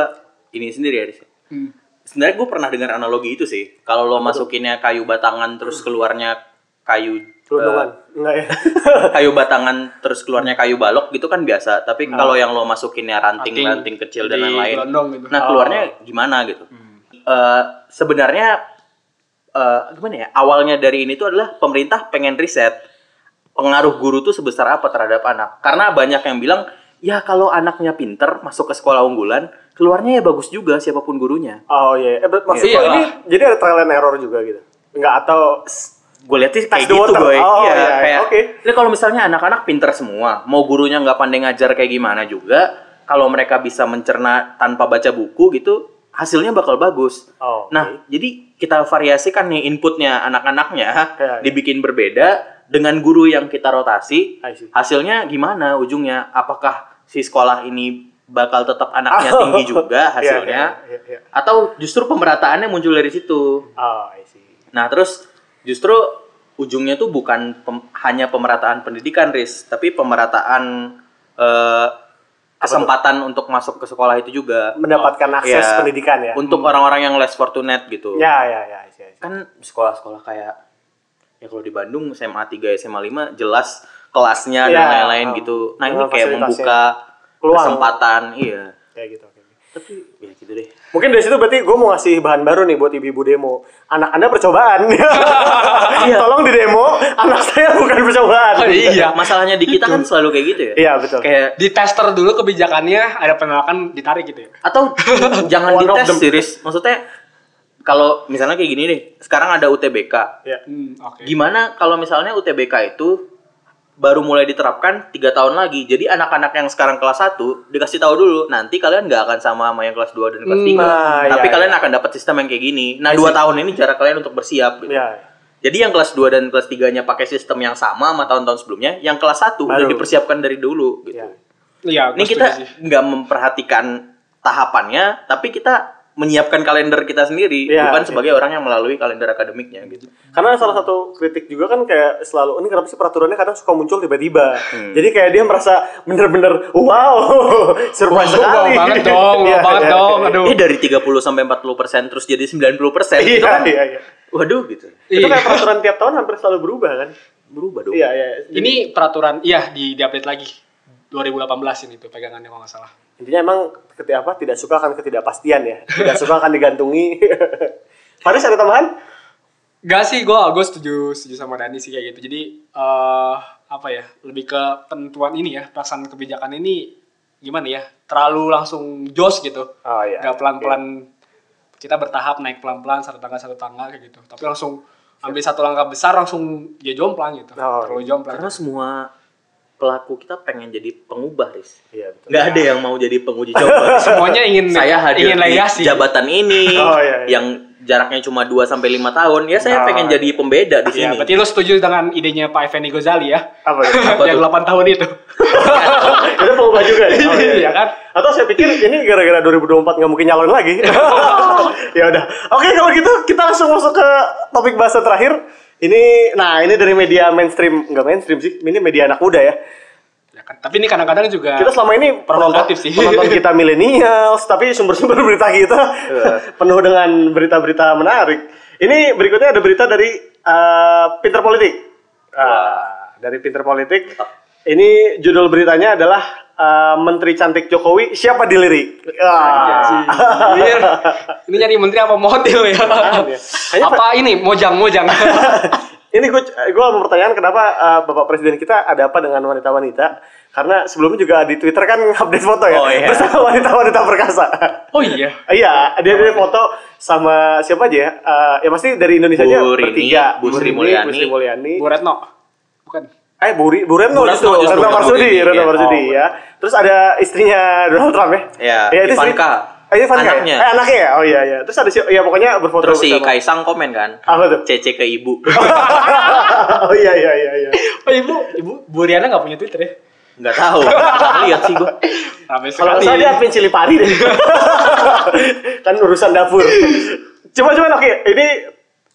Speaker 2: ini sendiri ya. Riz.
Speaker 3: Hmm.
Speaker 2: Sebenarnya gue pernah dengar analogi itu sih. Kalau lo masukinnya kayu batangan terus keluarnya kayu
Speaker 4: Perundungan. Enggak ya.
Speaker 2: eh, kayu batangan terus keluarnya kayu balok gitu kan biasa. Tapi kalau yang lo masukinnya ranting-ranting kecil dan
Speaker 3: Jadi
Speaker 2: lain-lain,
Speaker 3: Nah. gelondong gitu. Hmm.
Speaker 2: nah keluarnya gimana gitu? Eh, sebenarnya eh, gimana ya? Awalnya dari ini tuh adalah pemerintah pengen riset pengaruh guru tuh sebesar apa terhadap anak. Karena banyak yang bilang, ya kalau anaknya pinter masuk ke sekolah unggulan, keluarnya ya bagus juga siapapun gurunya.
Speaker 4: Oh iya, eh, ber- maksud
Speaker 2: Iya.
Speaker 4: lo ini jadi ada trial and error juga gitu. Enggak atau
Speaker 2: Gue lihat sih kayak
Speaker 4: Test the
Speaker 2: gitu,
Speaker 4: water.
Speaker 2: Boy.
Speaker 4: Oh,
Speaker 2: iya,
Speaker 4: iya, iya.
Speaker 2: kayak
Speaker 4: Oke.
Speaker 2: "Ini kalau misalnya anak-anak pinter semua, mau gurunya nggak pandai ngajar kayak gimana juga, kalau mereka bisa mencerna tanpa baca buku gitu, hasilnya bakal bagus.
Speaker 4: Oh, oke.
Speaker 2: Nah, jadi kita variasikan nih inputnya anak-anaknya
Speaker 4: Iya, iya.
Speaker 2: dibikin berbeda dengan guru yang kita rotasi.
Speaker 4: I see.
Speaker 2: Hasilnya gimana ujungnya? Apakah si sekolah ini bakal tetap anaknya tinggi juga hasilnya?
Speaker 4: Iya, iya, iya, iya.
Speaker 2: Atau justru pemerataannya muncul dari situ?
Speaker 4: Oh, I see.
Speaker 2: Nah, terus justru ujungnya tuh bukan pem- hanya pemerataan pendidikan, Riz, tapi pemerataan eh, kesempatan untuk masuk ke sekolah itu juga.
Speaker 4: Mendapatkan akses
Speaker 2: Iya.
Speaker 4: pendidikan ya.
Speaker 2: Untuk orang-orang yang less fortunate gitu.
Speaker 4: Ya, ya, ya, I see, I see.
Speaker 2: Kan sekolah-sekolah kayak ya kalau di Bandung SMA 3, SMA 5 jelas kelasnya dan
Speaker 4: Iya.
Speaker 2: lain-lain gitu. Nah, ini kayak
Speaker 4: Dengan fasilitasnya.
Speaker 2: membuka
Speaker 4: Peluang.
Speaker 2: kesempatan, iya.
Speaker 4: Kayak gitu. oke, oke.
Speaker 2: Tapi ya gitu deh.
Speaker 4: Mungkin dari situ berarti gue mau ngasih bahan baru nih buat ibu-ibu demo. Anak Anda percobaan.
Speaker 2: Iya.
Speaker 4: Tolong di demo, anak saya bukan percobaan.
Speaker 3: Oh, iya.
Speaker 2: Masalahnya di kita kan selalu kayak gitu ya.
Speaker 4: Iya, betul.
Speaker 2: Kayak
Speaker 3: Di tester dulu kebijakannya ada penolakan ditarik gitu ya.
Speaker 2: atau jangan
Speaker 4: One of
Speaker 2: dites
Speaker 4: them.
Speaker 2: serius maksudnya kalau misalnya kayak gini deh sekarang ada UTBK
Speaker 4: Iya.
Speaker 3: Hmm, oke.
Speaker 2: gimana kalau misalnya UTBK itu baru mulai diterapkan tiga tahun lagi jadi anak-anak yang sekarang kelas 1 dikasih tahu dulu nanti kalian nggak akan sama sama yang kelas 2 dan kelas 3
Speaker 4: Nah,
Speaker 2: tapi
Speaker 4: iya,
Speaker 2: kalian
Speaker 4: iya.
Speaker 2: akan dapat sistem yang kayak gini nah dua tahun ini jarak kalian untuk bersiap gitu.
Speaker 4: Iya.
Speaker 2: jadi yang kelas 2 dan kelas 3 nya pakai sistem yang sama sama tahun-tahun sebelumnya yang kelas 1 udah
Speaker 4: Baru.
Speaker 2: dipersiapkan dari dulu gitu
Speaker 4: Iya.
Speaker 3: Iya,
Speaker 2: ini
Speaker 3: gua setuju
Speaker 2: kita
Speaker 3: sih.
Speaker 2: nggak memperhatikan tahapannya, tapi kita menyiapkan kalender kita sendiri,
Speaker 4: Iya,
Speaker 2: bukan
Speaker 4: iya.
Speaker 2: sebagai orang yang melalui kalender akademiknya gitu.
Speaker 4: Karena salah satu kritik juga kan kayak selalu ini kenapa sih peraturannya kadang suka muncul tiba-tiba.
Speaker 3: Hmm.
Speaker 4: Jadi kayak dia merasa bener-bener wow,
Speaker 3: Wah,
Speaker 4: surprise
Speaker 3: lu wow
Speaker 4: sekali.
Speaker 3: banget dong, wow
Speaker 4: Iya,
Speaker 3: banget
Speaker 4: iya,
Speaker 3: dong.
Speaker 4: iya.
Speaker 3: Aduh.
Speaker 2: Eh dari 30 sampai 40 persen terus jadi 90 persen, itu
Speaker 4: Iya,
Speaker 2: kan,
Speaker 4: iya, iya.
Speaker 2: waduh gitu,
Speaker 4: Itu
Speaker 3: Iya.
Speaker 4: kayak peraturan tiap tahun hampir selalu berubah kan?
Speaker 2: berubah dong.
Speaker 4: Iya, iya. Jadi,
Speaker 3: Ini peraturan, iya di diupdate lagi. 2018 ini tuh pegangannya kalau nggak salah.
Speaker 4: intinya emang ketika apa tidak suka akan ketidakpastian ya. Tidak suka akan digantungi. Faris ada tambahan?
Speaker 3: Gak sih, gue gue setuju setuju sama Dani sih kayak gitu. Jadi eh apa ya, lebih ke penentuan ini ya, pelaksanaan kebijakan ini gimana ya, terlalu langsung jos gitu.
Speaker 4: Oh iya.
Speaker 3: Gak pelan-pelan, kita bertahap naik pelan-pelan satu tangga satu tangga kayak gitu. Tapi langsung ambil satu langkah besar langsung ya jomplang gitu.
Speaker 4: Oh,
Speaker 3: terlalu
Speaker 4: iya.
Speaker 3: jomplang.
Speaker 2: Karena semua pelaku kita pengen jadi pengubah, Riz.
Speaker 4: Iya, betul.
Speaker 2: Nggak ada yang mau jadi penguji coba.
Speaker 3: Semuanya ingin
Speaker 2: saya hadir di
Speaker 3: ingin legacy.
Speaker 2: jabatan ini
Speaker 4: Oh, iya, iya.
Speaker 2: yang jaraknya cuma 2 sampai 5 tahun. Ya saya
Speaker 4: Nah.
Speaker 2: pengen jadi pembeda di
Speaker 3: Ya,
Speaker 4: Iya,
Speaker 2: sini.
Speaker 3: berarti lo setuju dengan idenya Pak Effendi Ghazali ya?
Speaker 4: Apa ya?
Speaker 2: Apa
Speaker 3: Yang
Speaker 2: tuh?
Speaker 3: 8 tahun itu.
Speaker 4: itu pengubah juga ya? Oh,
Speaker 3: Iya kan?
Speaker 4: Atau saya pikir ini gara-gara 2024 nggak mungkin nyalon lagi. ya udah. Oke kalau gitu kita langsung masuk ke topik bahasa terakhir. Ini, nah ini dari media mainstream, nggak mainstream sih, ini media anak muda ya.
Speaker 3: Ya kan? Tapi ini kadang-kadang juga
Speaker 4: Kita selama ini penonton,
Speaker 3: Provokatif sih.
Speaker 4: penonton kita milenial, tapi sumber-sumber berita kita penuh dengan berita-berita menarik. Ini berikutnya ada berita dari eh, Pinter Politik. Ah, dari Pinter Politik. Ini judul beritanya adalah eh, Menteri Cantik Jokowi siapa dilirik? Ah.
Speaker 3: Anjir. ini nyari menteri apa model ya?
Speaker 4: ya. Kayaknya
Speaker 3: apa ini mojang-mojang?
Speaker 4: ini gue gue mempertanyakan kenapa eh, Bapak Presiden kita ada apa dengan wanita-wanita? Karena sebelumnya juga di Twitter kan update foto ya
Speaker 2: Oh, iya.
Speaker 4: bersama wanita-wanita perkasa.
Speaker 3: Oh iya.
Speaker 4: Iya, dia ada foto sama siapa aja ya? Eh, ya pasti dari Indonesia aja
Speaker 2: Bu Rini,
Speaker 4: bertiga.
Speaker 2: Bu Sri
Speaker 4: Rini,
Speaker 2: Mulyani.
Speaker 4: Bu Sri Mulyani.
Speaker 3: Bu Retno. Bukan.
Speaker 4: Eh, Bu, Ri- Bu
Speaker 2: Bu
Speaker 4: Retno
Speaker 2: Retno
Speaker 4: justru,
Speaker 2: justru,
Speaker 4: Retno
Speaker 2: bukan Bu
Speaker 4: Marsudi,
Speaker 2: Rini,
Speaker 4: Retno
Speaker 2: ya.
Speaker 4: Marsudi
Speaker 2: Oh,
Speaker 4: ya. Terus ada istrinya Donald Trump ya?
Speaker 2: Iya,
Speaker 4: itu istri-
Speaker 2: Ivanka.
Speaker 4: Eh, Ivanka
Speaker 2: Anaknya.
Speaker 4: ya? Eh, anaknya ya? Oh iya, iya. Terus ada si- ya pokoknya berfoto
Speaker 2: Terus si
Speaker 4: bersama.
Speaker 2: Kaisang komen kan,
Speaker 4: Apa tuh?
Speaker 2: Cece ke ibu.
Speaker 4: oh iya, iya, iya, iya.
Speaker 3: Oh ibu, ibu Bu Riana nggak punya Twitter ya?
Speaker 2: Nggak tahu. Lihat sih gua.
Speaker 3: Sampai
Speaker 4: Kalau nggak salah dia admin Cilipari deh. kan urusan dapur. Cuma cuman oke, ini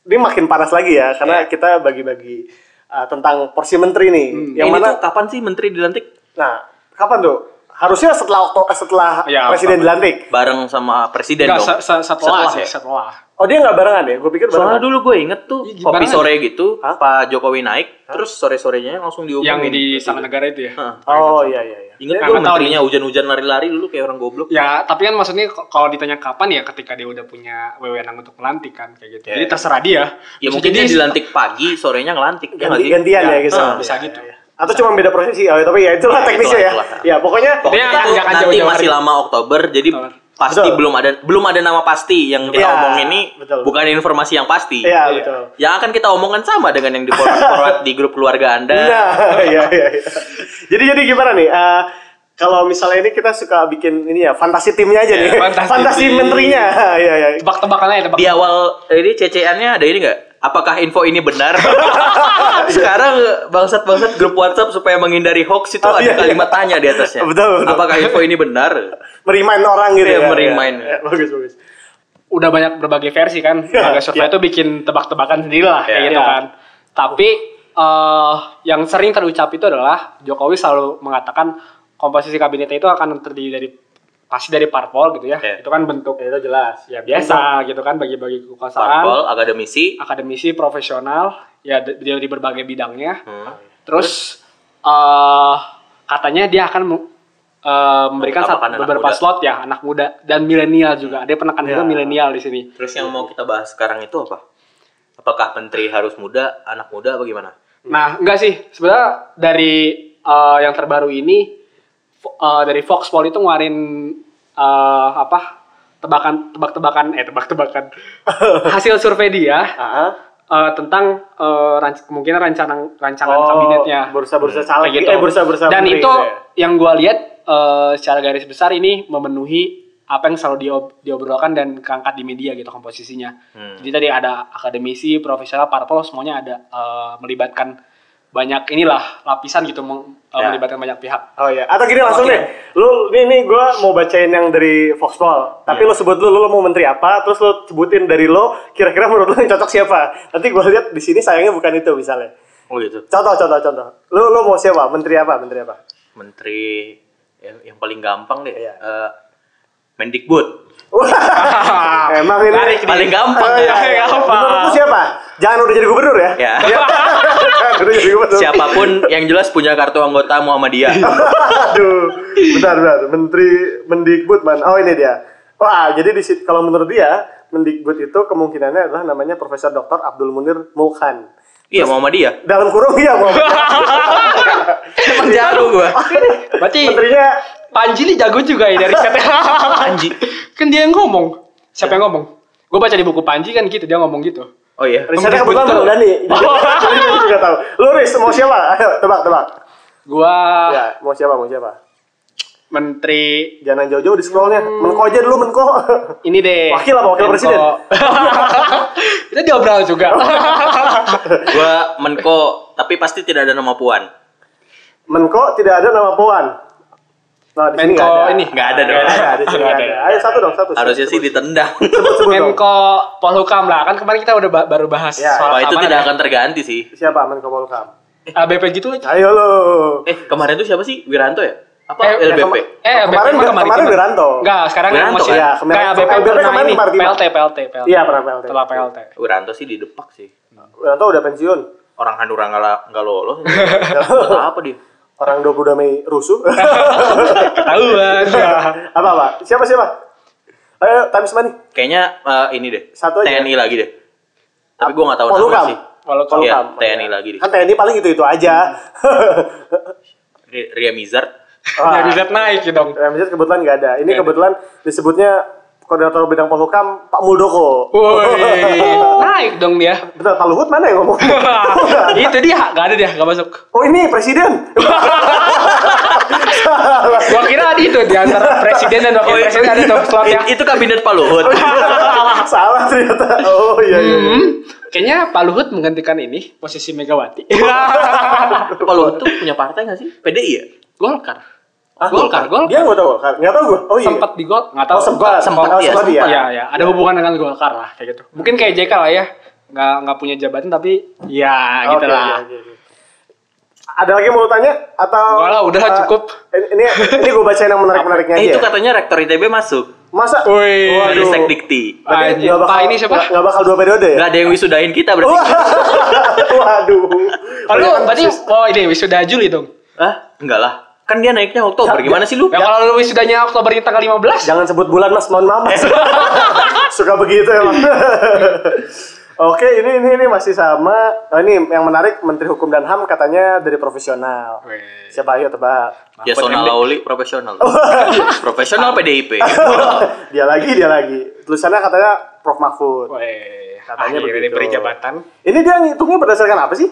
Speaker 4: ini makin panas lagi ya karena kita bagi-bagi uh, tentang porsi menteri nih. Yang
Speaker 2: Ini
Speaker 4: mana
Speaker 2: tuh kapan sih menteri dilantik?
Speaker 4: nah, kapan tuh? Harusnya setelah Okto- setelah
Speaker 3: Ya,
Speaker 4: presiden
Speaker 3: sama.
Speaker 4: dilantik.
Speaker 2: Bareng sama presiden
Speaker 3: Nggak,
Speaker 2: dong.
Speaker 3: se- se- setelah
Speaker 2: Setelah
Speaker 3: sih,
Speaker 2: ya?
Speaker 3: setelah.
Speaker 4: Oh, dia nggak barengan ya? Gue pikir
Speaker 2: Soalnya
Speaker 4: barengan.
Speaker 2: dulu gue inget tuh
Speaker 3: Iya,
Speaker 2: kopi
Speaker 3: gimana
Speaker 2: sore gitu,
Speaker 4: Hah?
Speaker 2: Pak Jokowi naik, terus sore-sorenya langsung diumumin.
Speaker 3: Yang di sana negara itu ya.
Speaker 2: Heeh.
Speaker 4: Oh iya iya iya.
Speaker 2: Ingat gue
Speaker 3: Ya, nggak tahu
Speaker 2: menterinya hujan-hujan lari-lari dulu kayak orang goblok.
Speaker 3: Ya, tapi kan maksudnya k- kalau ditanya kapan ya ketika dia udah punya wewenang untuk melantik kan kayak gitu. Jadi terserah dia.
Speaker 2: Ya
Speaker 3: Bisa
Speaker 2: mungkin
Speaker 3: jadi
Speaker 2: dia dilantik pagi, sorenya ngelantik. ya nggak
Speaker 4: Ganti,
Speaker 2: sih?
Speaker 4: gantian ya,
Speaker 3: Ya,
Speaker 4: guys.
Speaker 3: nah, bisa gitu.
Speaker 4: Atau cuma beda prosesi. Oh, tapi ya itulah
Speaker 2: Ya, itulah,
Speaker 4: teknisnya ya.
Speaker 2: itulah.
Speaker 4: Ya, pokoknya
Speaker 2: Pokoknya
Speaker 3: Dia
Speaker 2: tuh
Speaker 3: nggak akan
Speaker 2: nanti
Speaker 3: jauh-jauh
Speaker 2: masih
Speaker 3: hari.
Speaker 2: lama Oktober, jadi
Speaker 3: Oktober.
Speaker 2: pasti
Speaker 4: Betul.
Speaker 2: belum ada belum ada nama pasti yang kita
Speaker 4: Iya,
Speaker 2: omongin ini
Speaker 4: betul.
Speaker 2: bukan informasi yang pasti.
Speaker 4: Iya, betul.
Speaker 2: Yang akan kita omongkan sama dengan yang di forward di grup keluarga Anda.
Speaker 4: Nah, iya iya. iya. Jadi jadi gimana nih? Eh, kalau misalnya ini kita suka bikin ini ya fantasi timnya aja nih.
Speaker 3: fantasi
Speaker 4: Fantasi
Speaker 3: tim.
Speaker 4: menterinya. Iya iya.
Speaker 3: Tebak-tebakan aja, tebak.
Speaker 2: Di awal ini ceceannya ada ini nggak? Apakah info ini benar? Sekarang bangsat-bangsat grup WhatsApp supaya menghindari hoax itu
Speaker 4: Oh,
Speaker 2: ada
Speaker 4: iya, iya.
Speaker 2: kalimat tanya di atasnya.
Speaker 4: Betul, betul.
Speaker 2: Apakah info ini benar?
Speaker 4: Merimain orang gitu
Speaker 2: Iya,
Speaker 4: ya.
Speaker 2: merimain.
Speaker 4: Iya, iya. bagus bagus.
Speaker 3: Udah banyak berbagai versi kan.
Speaker 2: Ya,
Speaker 3: Lembaga survei
Speaker 4: Iya.
Speaker 3: itu bikin tebak-tebakan sendiri lah kayak
Speaker 2: Iya.
Speaker 3: gitu
Speaker 4: Iya.
Speaker 3: kan. Tapi eh yang sering terucap itu adalah Jokowi selalu mengatakan komposisi kabinetnya itu akan terdiri dari pasti dari parpol gitu ya.
Speaker 2: Iya.
Speaker 3: Itu kan bentuk
Speaker 4: Ya, itu jelas.
Speaker 3: ya biasa gitu kan bagi-bagi kekuasaan,
Speaker 2: Parpol, akademisi.
Speaker 3: akademisi profesional ya d- dari berbagai bidangnya.
Speaker 2: Hmm.
Speaker 3: Terus eh katanya dia akan mu- eh, memberikan satu-
Speaker 2: Mengutamakan kan anak
Speaker 3: beberapa
Speaker 2: muda. Hmm.
Speaker 3: slot ya anak muda dan milenial juga. Ada penekan juga
Speaker 4: Ya.
Speaker 3: milenial di sini.
Speaker 2: Terus yang mau kita bahas sekarang itu apa? Apakah menteri harus muda, anak muda, apa gimana?
Speaker 3: Nah, enggak sih. Sebenarnya dari eh, yang terbaru ini fo- eh, dari Fox Pol itu ngeluarin eh, apa? tebakan tebak-tebakan eh tebak-tebakan hasil survei dia
Speaker 4: Heeh.
Speaker 3: eh, tentang eh, ranc- kemungkinan rancangan rancangan
Speaker 4: Oh,
Speaker 3: kabinetnya.
Speaker 4: Bursa-bursa
Speaker 3: Kayak
Speaker 4: caleg.
Speaker 3: gitu.
Speaker 4: Eh, bursa-bursa
Speaker 3: Dan
Speaker 4: menteri
Speaker 3: itu
Speaker 4: gitu ya.
Speaker 3: yang gua lihat eh, secara garis besar ini memenuhi apa yang selalu diob- diobrolkan dan keangkat di media gitu komposisinya.
Speaker 2: Hmm.
Speaker 3: Jadi tadi ada akademisi, profesional, parpol semuanya ada eh, melibatkan banyak inilah lapisan gitu meng- eh,
Speaker 2: Ya.
Speaker 3: melibatkan banyak pihak.
Speaker 4: Oh ya, atau gini langsung
Speaker 3: Oke.
Speaker 4: deh. Lu nih nih gua mau bacain yang dari Foxpol. Tapi lu sebut dulu lu mau menteri apa, terus lu sebutin dari lu kira-kira menurut lu yang cocok siapa. Nanti gua lihat di sini sayangnya bukan itu misalnya.
Speaker 2: Oh gitu.
Speaker 4: Contoh contoh contoh. Lu lu mau siapa? Menteri apa? Menteri apa?
Speaker 2: Menteri yang, yang paling gampang deh.
Speaker 4: Iya.
Speaker 2: eh, Mendikbud.
Speaker 4: Wah, Emang Eh, ini
Speaker 2: Tarik nih. Paling gampang ya.
Speaker 4: Eh, iya, iya.
Speaker 3: Gampang.
Speaker 4: Menurut lu siapa? Jangan udah jadi gubernur ya.
Speaker 2: Ya.
Speaker 4: Jangan udah jadi gubernur.
Speaker 2: Siapapun yang jelas punya kartu anggota Muhammadiyah.
Speaker 4: Iya. Aduh. Bentar, bentar. Menteri Mendikbud man. Oh, ini dia. Wah, jadi di situ- kalau menurut dia Mendikbud itu kemungkinannya adalah namanya Profesor Dr. Abdul Munir Mulkan.
Speaker 2: iya, Muhammadiyah.
Speaker 4: Dalam kurung iya, Bang.
Speaker 2: Emang jago gua.
Speaker 3: Berarti
Speaker 4: Menterinya
Speaker 3: Panji ini jago juga ya dari Panji. Kan dia yang ngomong. Siapa
Speaker 4: Ya.
Speaker 3: yang ngomong? Gue baca di buku Panji kan gitu, dia ngomong gitu.
Speaker 2: Oh iya.
Speaker 4: risetnya
Speaker 3: Mendikbud
Speaker 4: kebetulan Bang
Speaker 3: tuh.
Speaker 4: Dani. Jadi dia juga tahu. Lu Riz, mau siapa? Ayo, tebak, tebak.
Speaker 3: Gua
Speaker 4: Ya, mau siapa? Mau siapa?
Speaker 3: menteri
Speaker 4: Jangan jauh-jauh di scrollnya. Menko aja dulu menko.
Speaker 3: ini deh.
Speaker 4: Wakil apa wakil
Speaker 3: Menko.
Speaker 4: presiden?
Speaker 3: Itu diobrol juga.
Speaker 2: Gua Menko, tapi pasti tidak ada nama Puan.
Speaker 4: menko tidak ada nama Puan. Nah, di sini
Speaker 3: Menko
Speaker 4: nggak ada.
Speaker 3: ini.
Speaker 2: Nggak ada dong.
Speaker 4: Nggak ada, di sini nggak ada. Ayo satu dong, satu.
Speaker 2: Harusnya sih ditendang.
Speaker 4: Sebut, sebut dong.
Speaker 3: Menko Polhukam lah kan kemarin kita udah ba- baru bahas
Speaker 4: Ya,
Speaker 3: soal
Speaker 2: Wah, itu
Speaker 3: keamanan
Speaker 2: tidak
Speaker 3: ya.
Speaker 2: akan terganti sih.
Speaker 4: Siapa Menko Polhukam?
Speaker 3: Ah, BP gitu aja.
Speaker 4: Ayo lo.
Speaker 2: Eh, kemarin tuh siapa sih? Wiranto ya? Apa
Speaker 3: Eh,
Speaker 2: LBP?
Speaker 4: kema- Kemarin-
Speaker 3: Eh, BP mah kemarin
Speaker 4: kemarin
Speaker 3: cuman-
Speaker 4: Wiranto.
Speaker 3: Enggak, sekarang kan
Speaker 2: Wiranto
Speaker 3: masih
Speaker 2: kan?
Speaker 4: Iya,
Speaker 3: Kayak
Speaker 4: kemarin-
Speaker 3: BP
Speaker 4: LBP
Speaker 3: pernah
Speaker 4: kemarin
Speaker 3: ini,
Speaker 4: Martima.
Speaker 3: PLT, PLT, PLT.
Speaker 4: Iya, pernah PLT.
Speaker 3: Setelah PLT.
Speaker 2: Wiranto sih didepak sih.
Speaker 4: Wiranto udah pensiun.
Speaker 2: Orang Hanura nggak nggak lolos. Nggak apa dia?
Speaker 4: Orang 22 Mei rusuh.
Speaker 3: Ketahuan.
Speaker 4: apa apa? Siapa siapa? Ayo Times Money.
Speaker 2: Kayaknya eh, ini deh.
Speaker 4: Satu aja. Oh,
Speaker 2: TNI lagi deh. Tapi gua nggak tahu namanya
Speaker 4: Polhukam.
Speaker 2: sih.
Speaker 3: Polhukam.
Speaker 4: Kan
Speaker 2: Iya,
Speaker 4: Polhukam.
Speaker 2: TNI lagi deh.
Speaker 4: Kan TNI paling itu-itu aja.
Speaker 2: Ri- Ria Mizard.
Speaker 4: Ah.
Speaker 3: Dari Zat naik ya dong.
Speaker 4: Ramzat kebetulan nggak ada. Ini kebetulan disebutnya koordinator bidang polhukam Pak Muldoko.
Speaker 3: Woi, naik dong dia.
Speaker 4: Betul, Pak Luhut mana yang ngomong?
Speaker 3: itu dia, gak ada dia, gak masuk.
Speaker 4: oh ini presiden.
Speaker 3: Gua kira tadi itu di antara presiden dan
Speaker 4: Oh,
Speaker 3: wakil
Speaker 4: iya,
Speaker 3: presiden ada tuh
Speaker 4: ya.
Speaker 3: slotnya.
Speaker 2: It- Oh, itu kabinet Pak Luhut.
Speaker 4: Salah ternyata. Oh iya iya. iya.
Speaker 3: Hmm, kayaknya Pak Luhut menggantikan ini posisi Megawati.
Speaker 2: Pak Luhut tuh punya partai nggak sih? PDI ya?
Speaker 3: Golkar.
Speaker 4: Ah,
Speaker 3: Golkar, Golkar.
Speaker 4: Dia nggak tahu Golkar. Nggak tahu gue. Oh iya.
Speaker 3: Sempat di Golkar, nggak tahu.
Speaker 4: Oh sempat.
Speaker 2: Sempat,
Speaker 4: Oh,
Speaker 2: iya,
Speaker 4: sempat
Speaker 2: sempat.
Speaker 4: ya.
Speaker 3: Iya, ya, ada hubungan dengan Golkar lah kayak gitu. Mungkin kayak JK lah ya. Nggak nggak punya jabatan tapi ya gitu
Speaker 4: Ah, Oke, iya.
Speaker 3: lah.
Speaker 4: oke, oke, oke. Ada lagi yang mau tanya atau?
Speaker 3: Enggak lah, udah,
Speaker 4: eh,
Speaker 3: cukup. kan-
Speaker 4: Ini ini gue bacain yang menarik menariknya
Speaker 2: Eh
Speaker 4: aja.
Speaker 2: itu
Speaker 4: ya.
Speaker 2: katanya rektor ITB masuk.
Speaker 4: Masa?
Speaker 3: Wih.
Speaker 2: Dari
Speaker 4: Waduh.
Speaker 2: Sekdikti.
Speaker 4: Berarti
Speaker 3: Anjir.
Speaker 4: nggak bakal-
Speaker 3: Pak, ini siapa?
Speaker 4: nggak- Nggak bakal dua periode ya?
Speaker 2: Gak ada yang wisudain kita berarti.
Speaker 4: Waduh.
Speaker 3: Kalau lu berarti oh ini wisuda Juli dong.
Speaker 2: Hah? Enggak lah. Kan dia naiknya Oktober. Gimana sih lu?
Speaker 3: Ya kalau lu wisudanya Oktober ini tanggal 15.
Speaker 4: Jangan sebut bulan mas, mohon maaf mas. Suka begitu emang. Oke, ini ini ini masih sama. Oh, ini yang menarik Menteri Hukum dan HAM katanya dari profesional.
Speaker 3: Weh.
Speaker 4: Siapa ayo tebak?
Speaker 2: Ya Sona Lauli profesional. profesional PDIP.
Speaker 4: dia lagi, dia lagi. Tulisannya katanya Prof Mahfud.
Speaker 3: Weh,
Speaker 4: Katanya
Speaker 3: akhirnya
Speaker 4: begitu.
Speaker 3: diberi jabatan.
Speaker 4: Ini dia ngitungnya berdasarkan apa sih?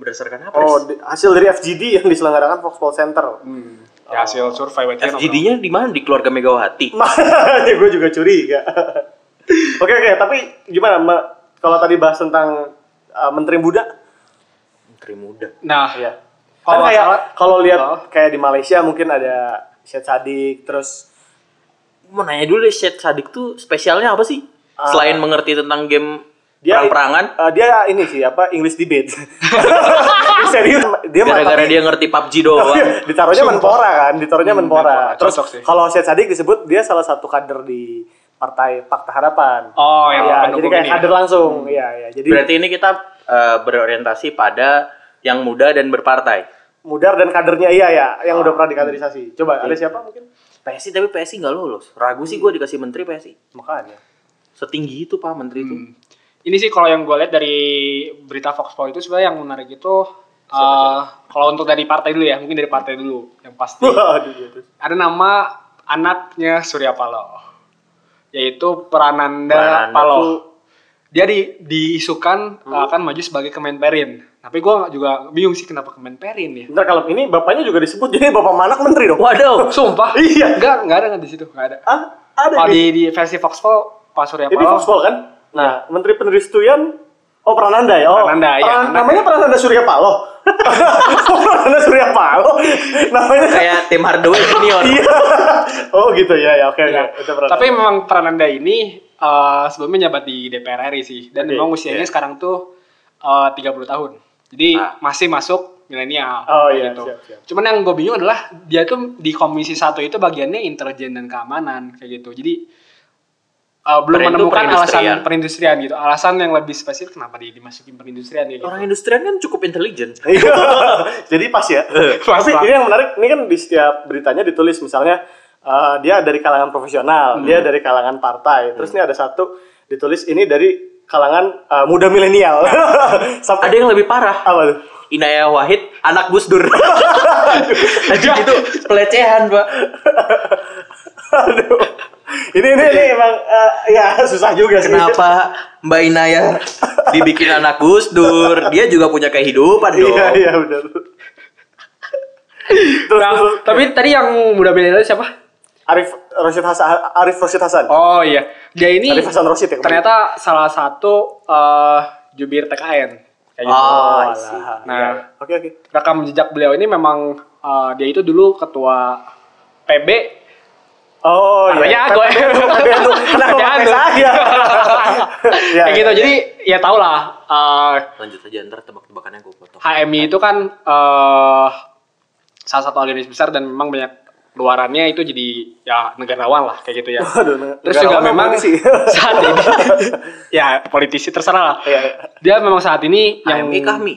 Speaker 2: Berdasarkan apa?
Speaker 4: Oh, di- hasil dari FGD yang diselenggarakan Foxpol Center.
Speaker 3: Ya, hasil survei berarti kan
Speaker 2: FGD-nya di mana? Di keluarga Megawati.
Speaker 4: Makanya gue ya juga curiga. Oke oke, tapi gimana? Ma- Kalau tadi bahas tentang uh, Menteri Muda,
Speaker 2: Menteri muda.
Speaker 3: Nah,
Speaker 2: Iya.
Speaker 4: ya.
Speaker 3: Kalau
Speaker 4: Kan kayak
Speaker 3: masalah-
Speaker 4: kalau lihat
Speaker 3: Oh.
Speaker 4: kayak di Malaysia mungkin ada Syed Sadik, terus
Speaker 2: Mau nanya dulu deh, Syed Sadik tuh spesialnya apa sih?
Speaker 4: Ah.
Speaker 2: Selain mengerti tentang game
Speaker 4: dia
Speaker 2: perang-perangan,
Speaker 4: eh, dia ini sih apa English debate. Serius, dia mah-
Speaker 2: gara-gara
Speaker 4: tapi-
Speaker 2: dia Iya. ngerti PUBG doang.
Speaker 4: ditaruhnya Menpora kan, ditaruhnya
Speaker 3: Hmm,
Speaker 4: Menpora.
Speaker 3: Menpora,
Speaker 4: Terus
Speaker 3: cocok sih.
Speaker 4: kalau Syed Sadik disebut dia salah satu kader di Partai Pakta Harapan.
Speaker 3: Oh, yang
Speaker 4: ya, jadi
Speaker 3: pendukung
Speaker 4: kayak
Speaker 3: ini ya.
Speaker 4: kader langsung. Iya, iya. Jadi
Speaker 2: Hmm. Berarti ini kita eh, berorientasi pada yang muda dan berpartai.
Speaker 4: Mudar dan kadernya iya ya, yang udah pernah
Speaker 2: Hmm.
Speaker 4: dikaderisasi.
Speaker 2: Iya.
Speaker 4: Coba ada siapa mungkin?
Speaker 2: PSI tapi PSI nggak lolos. Ragu sih gue dikasih menteri PSI.
Speaker 4: Makanya.
Speaker 2: Setinggi itu pak menteri itu.
Speaker 3: Hmm. ini sih kalau yang gue lihat dari berita Foxpol itu sebenarnya yang menarik itu eh, kalau untuk dari partai dulu ya, mungkin dari partai dulu yang pasti
Speaker 4: Waduh, iya, terus.
Speaker 3: ada nama anaknya Surya Paloh yaitu Prananda, Hmm.
Speaker 2: Prananda
Speaker 3: Paloh.
Speaker 2: tuh-
Speaker 3: Dia di, diisukan akan maju sebagai Kemenperin. Tapi gue juga bingung sih kenapa Kemenperin ya.
Speaker 4: Ntar kalau ini bapaknya juga disebut jadi bapak manak menteri dong.
Speaker 2: Hmm. Waduh.
Speaker 3: Sumpah.
Speaker 4: Iya.
Speaker 3: Enggak, enggak ada nggak di situ, enggak ada. ya?
Speaker 4: Ah, ada
Speaker 3: Kalau
Speaker 4: di,
Speaker 3: di, di versi Foxpol Pak Surya
Speaker 4: ini
Speaker 3: Paloh.
Speaker 4: Foxpol kan? Nah, menteri penerustuyan Oh Prananda ya? Oh,
Speaker 3: Prananda, iya.
Speaker 4: Pran- Namanya Prananda Surya Paloh. Oh, Prananda Surya Paloh. Namanya
Speaker 3: Iya.
Speaker 2: Kayak tim Hardaway junior.
Speaker 4: Iya. Oh gitu ya ya. Oke oke.
Speaker 3: Iya.
Speaker 4: Itu Prananda.
Speaker 3: Tapi memang Prananda ini eh, sebelumnya nyabat di DPR RI sih dan
Speaker 4: Oke,
Speaker 3: memang usianya
Speaker 4: iya.
Speaker 3: sekarang tuh eh, 30 tahun. Jadi
Speaker 2: Ah.
Speaker 3: masih masuk milenial.
Speaker 4: Oh,
Speaker 3: kayak
Speaker 4: iya,
Speaker 3: gitu.
Speaker 4: siap, siap.
Speaker 3: Cuman yang gue bingung adalah dia tuh di komisi satu itu bagiannya intelijen dan keamanan kayak gitu. Jadi eh, belum
Speaker 2: Perin tuh
Speaker 3: menemukan
Speaker 2: perindustrian.
Speaker 3: alasan perindustrian gitu. Alasan yang lebih spesifik kenapa di- dimasukin perindustrian kayak gitu.
Speaker 2: Orang industrian kan cukup intelijen.
Speaker 4: Iya. Jadi pas ya.
Speaker 3: Pas,
Speaker 4: Tapi
Speaker 3: pas.
Speaker 4: ini yang menarik, ini kan di setiap beritanya ditulis misalnya eh, dia dari kalangan profesional,
Speaker 3: Hmm.
Speaker 4: dia dari kalangan partai. Terus ini ada satu ditulis ini dari kalangan eh, muda milenial.
Speaker 2: Ada
Speaker 4: Sampai
Speaker 2: yang lebih parah.
Speaker 4: apa tuh?
Speaker 2: Inaya Wahid, anak Gus Dur. Anjing itu pelecehan, Pak.
Speaker 4: Aduh. Ini ini ini emang eh, ya susah juga sih.
Speaker 2: Kenapa Mbak Inaya dibikin anak Gus Dur? Dia juga punya kehidupan dong.
Speaker 4: Iya iya benar. Terus,
Speaker 3: Nah,
Speaker 4: terus
Speaker 3: tapi tadi yang muda milenial siapa?
Speaker 4: Arif Rosid Hasan Arif Rosid Hasan.
Speaker 3: Oh iya, dia ini
Speaker 4: Arif Hasan Rosid ya. kemarin?
Speaker 3: ternyata salah satu eh, jubir TKN. Kayak gitu.
Speaker 4: Ah.
Speaker 2: Oh, I see.
Speaker 4: Alah,
Speaker 3: Nah.
Speaker 4: iya. Oke oke.
Speaker 3: rekam jejak beliau ini memang eh, dia itu dulu ketua PB
Speaker 4: Oh
Speaker 3: Makanya gue
Speaker 4: Aduh, kenapa
Speaker 3: Jangan
Speaker 4: pakai
Speaker 3: dong.
Speaker 4: saya? Ya,
Speaker 3: kayak
Speaker 4: ya.
Speaker 3: gitu jadi ya tau lah eh,
Speaker 2: Lanjut aja ntar tebak-tebakannya gue potong.
Speaker 3: HMI itu kan eh salah satu organisasi besar dan memang banyak luarannya itu jadi ya negarawan lah kayak gitu ya
Speaker 4: Waduh,
Speaker 3: terus
Speaker 4: negarawan
Speaker 3: juga
Speaker 4: apa
Speaker 3: memang
Speaker 4: politisi?
Speaker 3: saat ini ya politisi terserah lah
Speaker 4: Iya.
Speaker 3: dia memang saat ini yang
Speaker 2: HMI kami.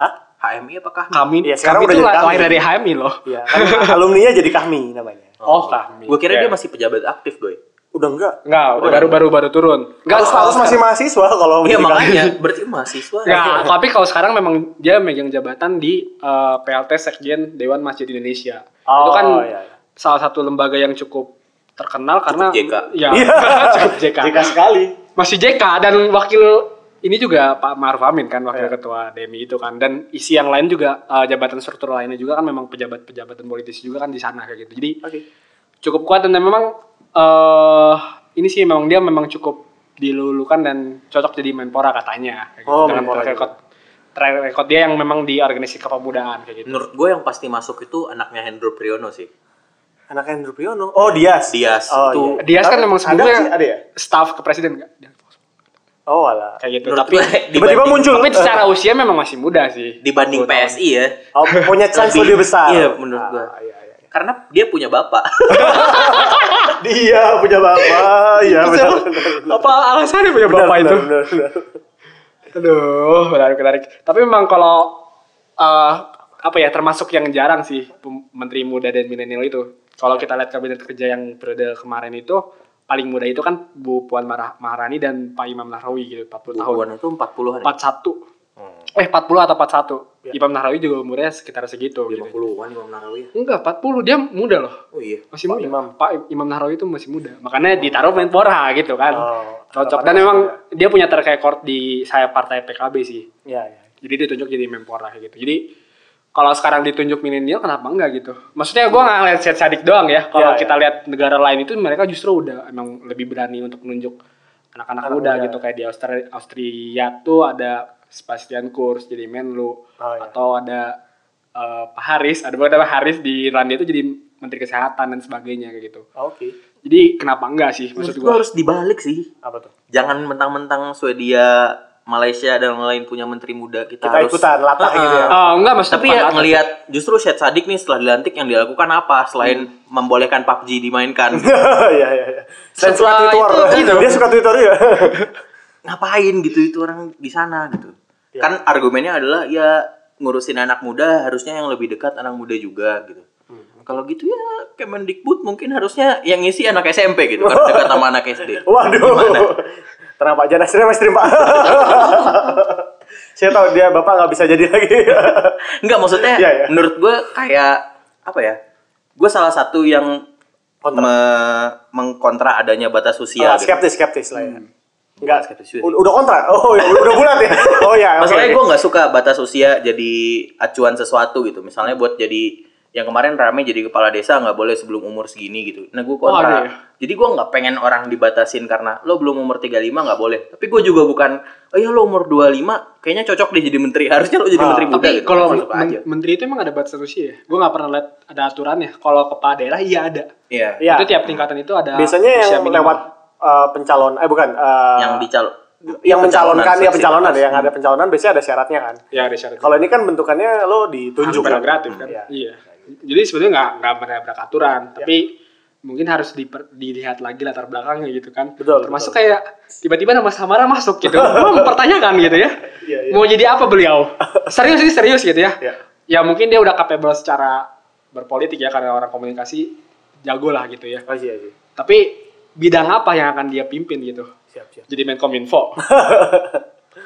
Speaker 4: Hah?
Speaker 2: HMI apa kami?
Speaker 3: kami
Speaker 4: Iya,
Speaker 3: kami
Speaker 4: sekarang udah
Speaker 3: itu
Speaker 4: jadi
Speaker 3: lahir
Speaker 4: kami.
Speaker 3: dari HMI loh
Speaker 4: Iya, kan alumninya jadi kahmi namanya.
Speaker 3: oh kami
Speaker 2: Gue kira
Speaker 3: Ya.
Speaker 2: dia masih pejabat aktif, gue.
Speaker 4: udah enggak.
Speaker 3: Enggak, baru baru baru turun. Oh, Enggak,
Speaker 4: Kalau Oh, iya. status masih mahasiswa kalau
Speaker 2: Iya
Speaker 4: pendidikan.
Speaker 2: makanya berarti mahasiswa.
Speaker 3: Nah, tapi kalau sekarang memang dia megang jabatan di eh, PLT Sekjen Dewan Masjid Indonesia. itu
Speaker 4: Oh,
Speaker 3: kan
Speaker 4: iya, iya.
Speaker 3: salah satu lembaga yang cukup terkenal karena
Speaker 2: JK.
Speaker 3: ya
Speaker 4: Iya.
Speaker 3: cukup JK.
Speaker 4: Jika sekali.
Speaker 3: Masih JK dan wakil ini juga Pak Maruf Amin kan wakil
Speaker 4: Iya.
Speaker 3: ketua DMI itu kan dan isi yang lain juga eh, jabatan struktur lainnya juga kan memang pejabat-pejabat dan politisi juga kan di sana kayak gitu. Jadi
Speaker 4: Oke.
Speaker 3: cukup kuat dan memang eh ini sih memang dia memang cukup dilulukan dan cocok jadi menpora katanya kayak gitu.
Speaker 4: Oh,
Speaker 3: dengan
Speaker 4: Menpora
Speaker 3: track record track record dia yang memang di organisasi kepemudaan kayak gitu
Speaker 2: Menurut gue yang pasti masuk itu anaknya Hendro Priyono sih.
Speaker 4: Anak Andrew Piono. Oh, Dias.
Speaker 2: Dias,
Speaker 4: Oh,
Speaker 2: itu-
Speaker 4: iya.
Speaker 3: dia kan
Speaker 4: Tapi
Speaker 3: memang
Speaker 4: ada
Speaker 3: sebelumnya
Speaker 4: sih, ada ya?
Speaker 3: staff kepresiden nggak?
Speaker 4: Oh, alah.
Speaker 3: kayak gitu
Speaker 2: Menurut
Speaker 3: tapi
Speaker 2: gue
Speaker 4: Tiba-tiba
Speaker 2: dibanding-
Speaker 4: muncul.
Speaker 3: tapi secara usia memang masih muda sih
Speaker 2: dibanding PSI ya.
Speaker 4: Oh, punya chance lebih besar.
Speaker 2: Iya menurut gue.
Speaker 4: Ah, iya, iya.
Speaker 2: Karena dia punya bapak.
Speaker 4: Dia punya bapak. Iya, benar.
Speaker 3: apa alasannya punya bapak itu
Speaker 4: Benar, benar.
Speaker 3: Aduh, menarik, menarik. Tapi memang kalau eh, apa ya termasuk yang jarang sih pem- menteri muda dan milenial itu. Kalau kita lihat kabinet kerja yang periode kemarin itu paling muda itu kan Bu Puan Mara- Maharani dan Pak Imam Nahrawi gitu 40 tahun.
Speaker 2: Bukuan itu 40-an. ya?
Speaker 3: 41. Eh 40 atau 41. Imam Nahrawi juga umurnya sekitar segitu gitu.
Speaker 2: 50-an Imam Nawawi.
Speaker 3: Enggak, 40 dia muda loh.
Speaker 2: Oh iya.
Speaker 3: Masih muda. Pak Imam Nahrawi itu masih muda. Makanya ditaruh menpora gitu kan.
Speaker 4: Oh,
Speaker 3: Cocok dan memang dia punya track record di saya partai PKB sih
Speaker 4: Iya, iya.
Speaker 3: jadi ditunjuk jadi menpora kayak gitu jadi kalau sekarang ditunjuk milenial kenapa enggak gitu maksudnya gue nggak lihat Syed Sadik doang ya
Speaker 4: Ya,
Speaker 3: kalau
Speaker 4: ya.
Speaker 3: kita lihat negara lain itu mereka justru udah emang lebih berani untuk menunjuk anak-anak
Speaker 4: Anak
Speaker 3: muda
Speaker 4: muda.
Speaker 3: gitu kayak di Austria Austria tuh ada Sebastian Kurz jadi Menlu
Speaker 4: Oh, ya.
Speaker 3: atau ada eh, Pak Haris ada beberapa Haris di Irlandia itu jadi Menteri Kesehatan dan sebagainya kayak gitu
Speaker 4: Ah, Oke.
Speaker 3: jadi kenapa enggak sih
Speaker 2: Menurut gue
Speaker 3: maksud gue
Speaker 2: harus dibalik sih.
Speaker 4: Apa tuh?
Speaker 2: Jangan mentang-mentang Swedia, Malaysia dan lain punya menteri muda kita,
Speaker 4: Kita
Speaker 2: harus
Speaker 4: ikutan latah gitu ya.
Speaker 3: Eh, enggak maksud
Speaker 2: Tapi
Speaker 3: gue
Speaker 2: ya
Speaker 3: pantas.
Speaker 2: ngelihat justru Syed Sadik nih setelah dilantik yang dilakukan apa selain membolehkan PUBG dimainkan.
Speaker 4: Iya, iya, iya. Dan suka
Speaker 2: Setelah
Speaker 4: Twitter.
Speaker 2: itu, gitu.
Speaker 4: Dia suka Twitter ya.
Speaker 2: Ngapain gitu itu orang di sana gitu. Kan argumennya adalah ya ngurusin anak muda harusnya yang lebih dekat anak muda juga gitu.
Speaker 4: Hmm.
Speaker 2: Kalau gitu ya Kemendikbud mungkin harusnya yang ngisi anak SMP gitu karena dekat sama anak SD.
Speaker 4: Waduh. Tenang Pak, jangan stream, stream Pak. Saya tahu dia Bapak nggak bisa jadi lagi.
Speaker 2: Iya, Enggak maksudnya
Speaker 4: Iya, iya.
Speaker 2: menurut gue kayak apa ya? Gue salah satu yang me- mengkontra adanya batas usia.
Speaker 4: Ah,
Speaker 2: gitu.
Speaker 4: skeptis, skeptis lah ya. Enggak,
Speaker 2: skeptis juga sih.
Speaker 4: Udah kontra. Oh, ya, udah bulat ya. Oh ya, oke.
Speaker 2: Masalahnya gue nggak suka batas usia jadi acuan sesuatu gitu. Misalnya buat jadi yang kemarin rame jadi kepala desa nggak boleh sebelum umur segini gitu. Nah gue kontra.
Speaker 3: ada ya?
Speaker 2: Jadi gue nggak pengen orang dibatasin karena lo belum umur 35 nggak boleh. Tapi gue juga bukan, oh ya lo umur 25 kayaknya cocok deh jadi menteri. Harusnya lo jadi
Speaker 4: Ah,
Speaker 2: menteri muda
Speaker 3: Tapi
Speaker 2: gitu.
Speaker 3: kalau
Speaker 2: Masuk
Speaker 3: men-
Speaker 2: aja.
Speaker 3: menteri itu emang ada batas usia ya? Gue gak pernah lihat ada aturannya. Kalau kepala daerah iya ada.
Speaker 2: Iya.
Speaker 4: Iya.
Speaker 3: Itu tiap tingkatan itu ada
Speaker 4: Biasanya
Speaker 3: usia
Speaker 4: yang
Speaker 3: minimal.
Speaker 4: lewat eh, pencalon eh bukan eh,
Speaker 2: Yang dicalon.
Speaker 4: yang mencalonkan ya
Speaker 2: seleksi
Speaker 4: pencalonan
Speaker 2: atas.
Speaker 4: ya, yang ada pencalonan biasanya ada syaratnya kan.
Speaker 3: Ya ada syarat.
Speaker 4: Kalau ini kan bentukannya lo ditunjuk
Speaker 3: Harus gratis kan?
Speaker 4: Iya. Ya.
Speaker 3: Iya. Jadi sebenarnya nggak nggak menabrak aturan, tapi mungkin harus diper- dilihat lagi latar belakangnya gitu kan.
Speaker 4: Betul,
Speaker 3: Termasuk kayak tiba-tiba nama samaran masuk gitu. Gue mempertanyakan gitu ya.
Speaker 4: Iya, iya.
Speaker 3: Mau jadi apa beliau? Serius ini serius gitu ya.
Speaker 4: Iya.
Speaker 3: Ya mungkin dia udah capable secara berpolitik ya karena orang komunikasi jago lah gitu ya.
Speaker 4: Oh iya, iya.
Speaker 3: Tapi bidang apa yang akan dia pimpin gitu?
Speaker 4: Siap, siap.
Speaker 3: Jadi Menkominfo.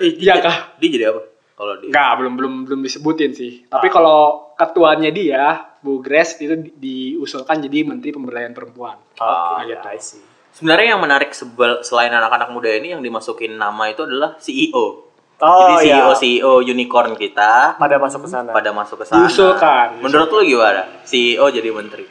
Speaker 2: Eh,
Speaker 3: Iya
Speaker 2: dia-
Speaker 3: kah?
Speaker 2: Dia jadi apa? Kalau dia.
Speaker 3: Enggak, belum belum belum disebutin sih. Tapi
Speaker 4: Ah.
Speaker 3: kalau ketuanya dia, Bu Grace itu di- diusulkan jadi Menteri Pemberdayaan Perempuan.
Speaker 4: Oke, iya,
Speaker 3: Nah, gitu.
Speaker 4: I see.
Speaker 2: Sebenarnya yang menarik sebel, selain anak-anak muda ini yang dimasukin nama itu adalah E CEO. Jadi
Speaker 4: Oh
Speaker 2: E
Speaker 4: iya.
Speaker 2: CEO CEO unicorn kita
Speaker 4: Pada masuk ke sana.
Speaker 2: pada masuk ke sana.
Speaker 3: Diusulkan.
Speaker 2: Menurut lu gimana? CEO jadi menteri.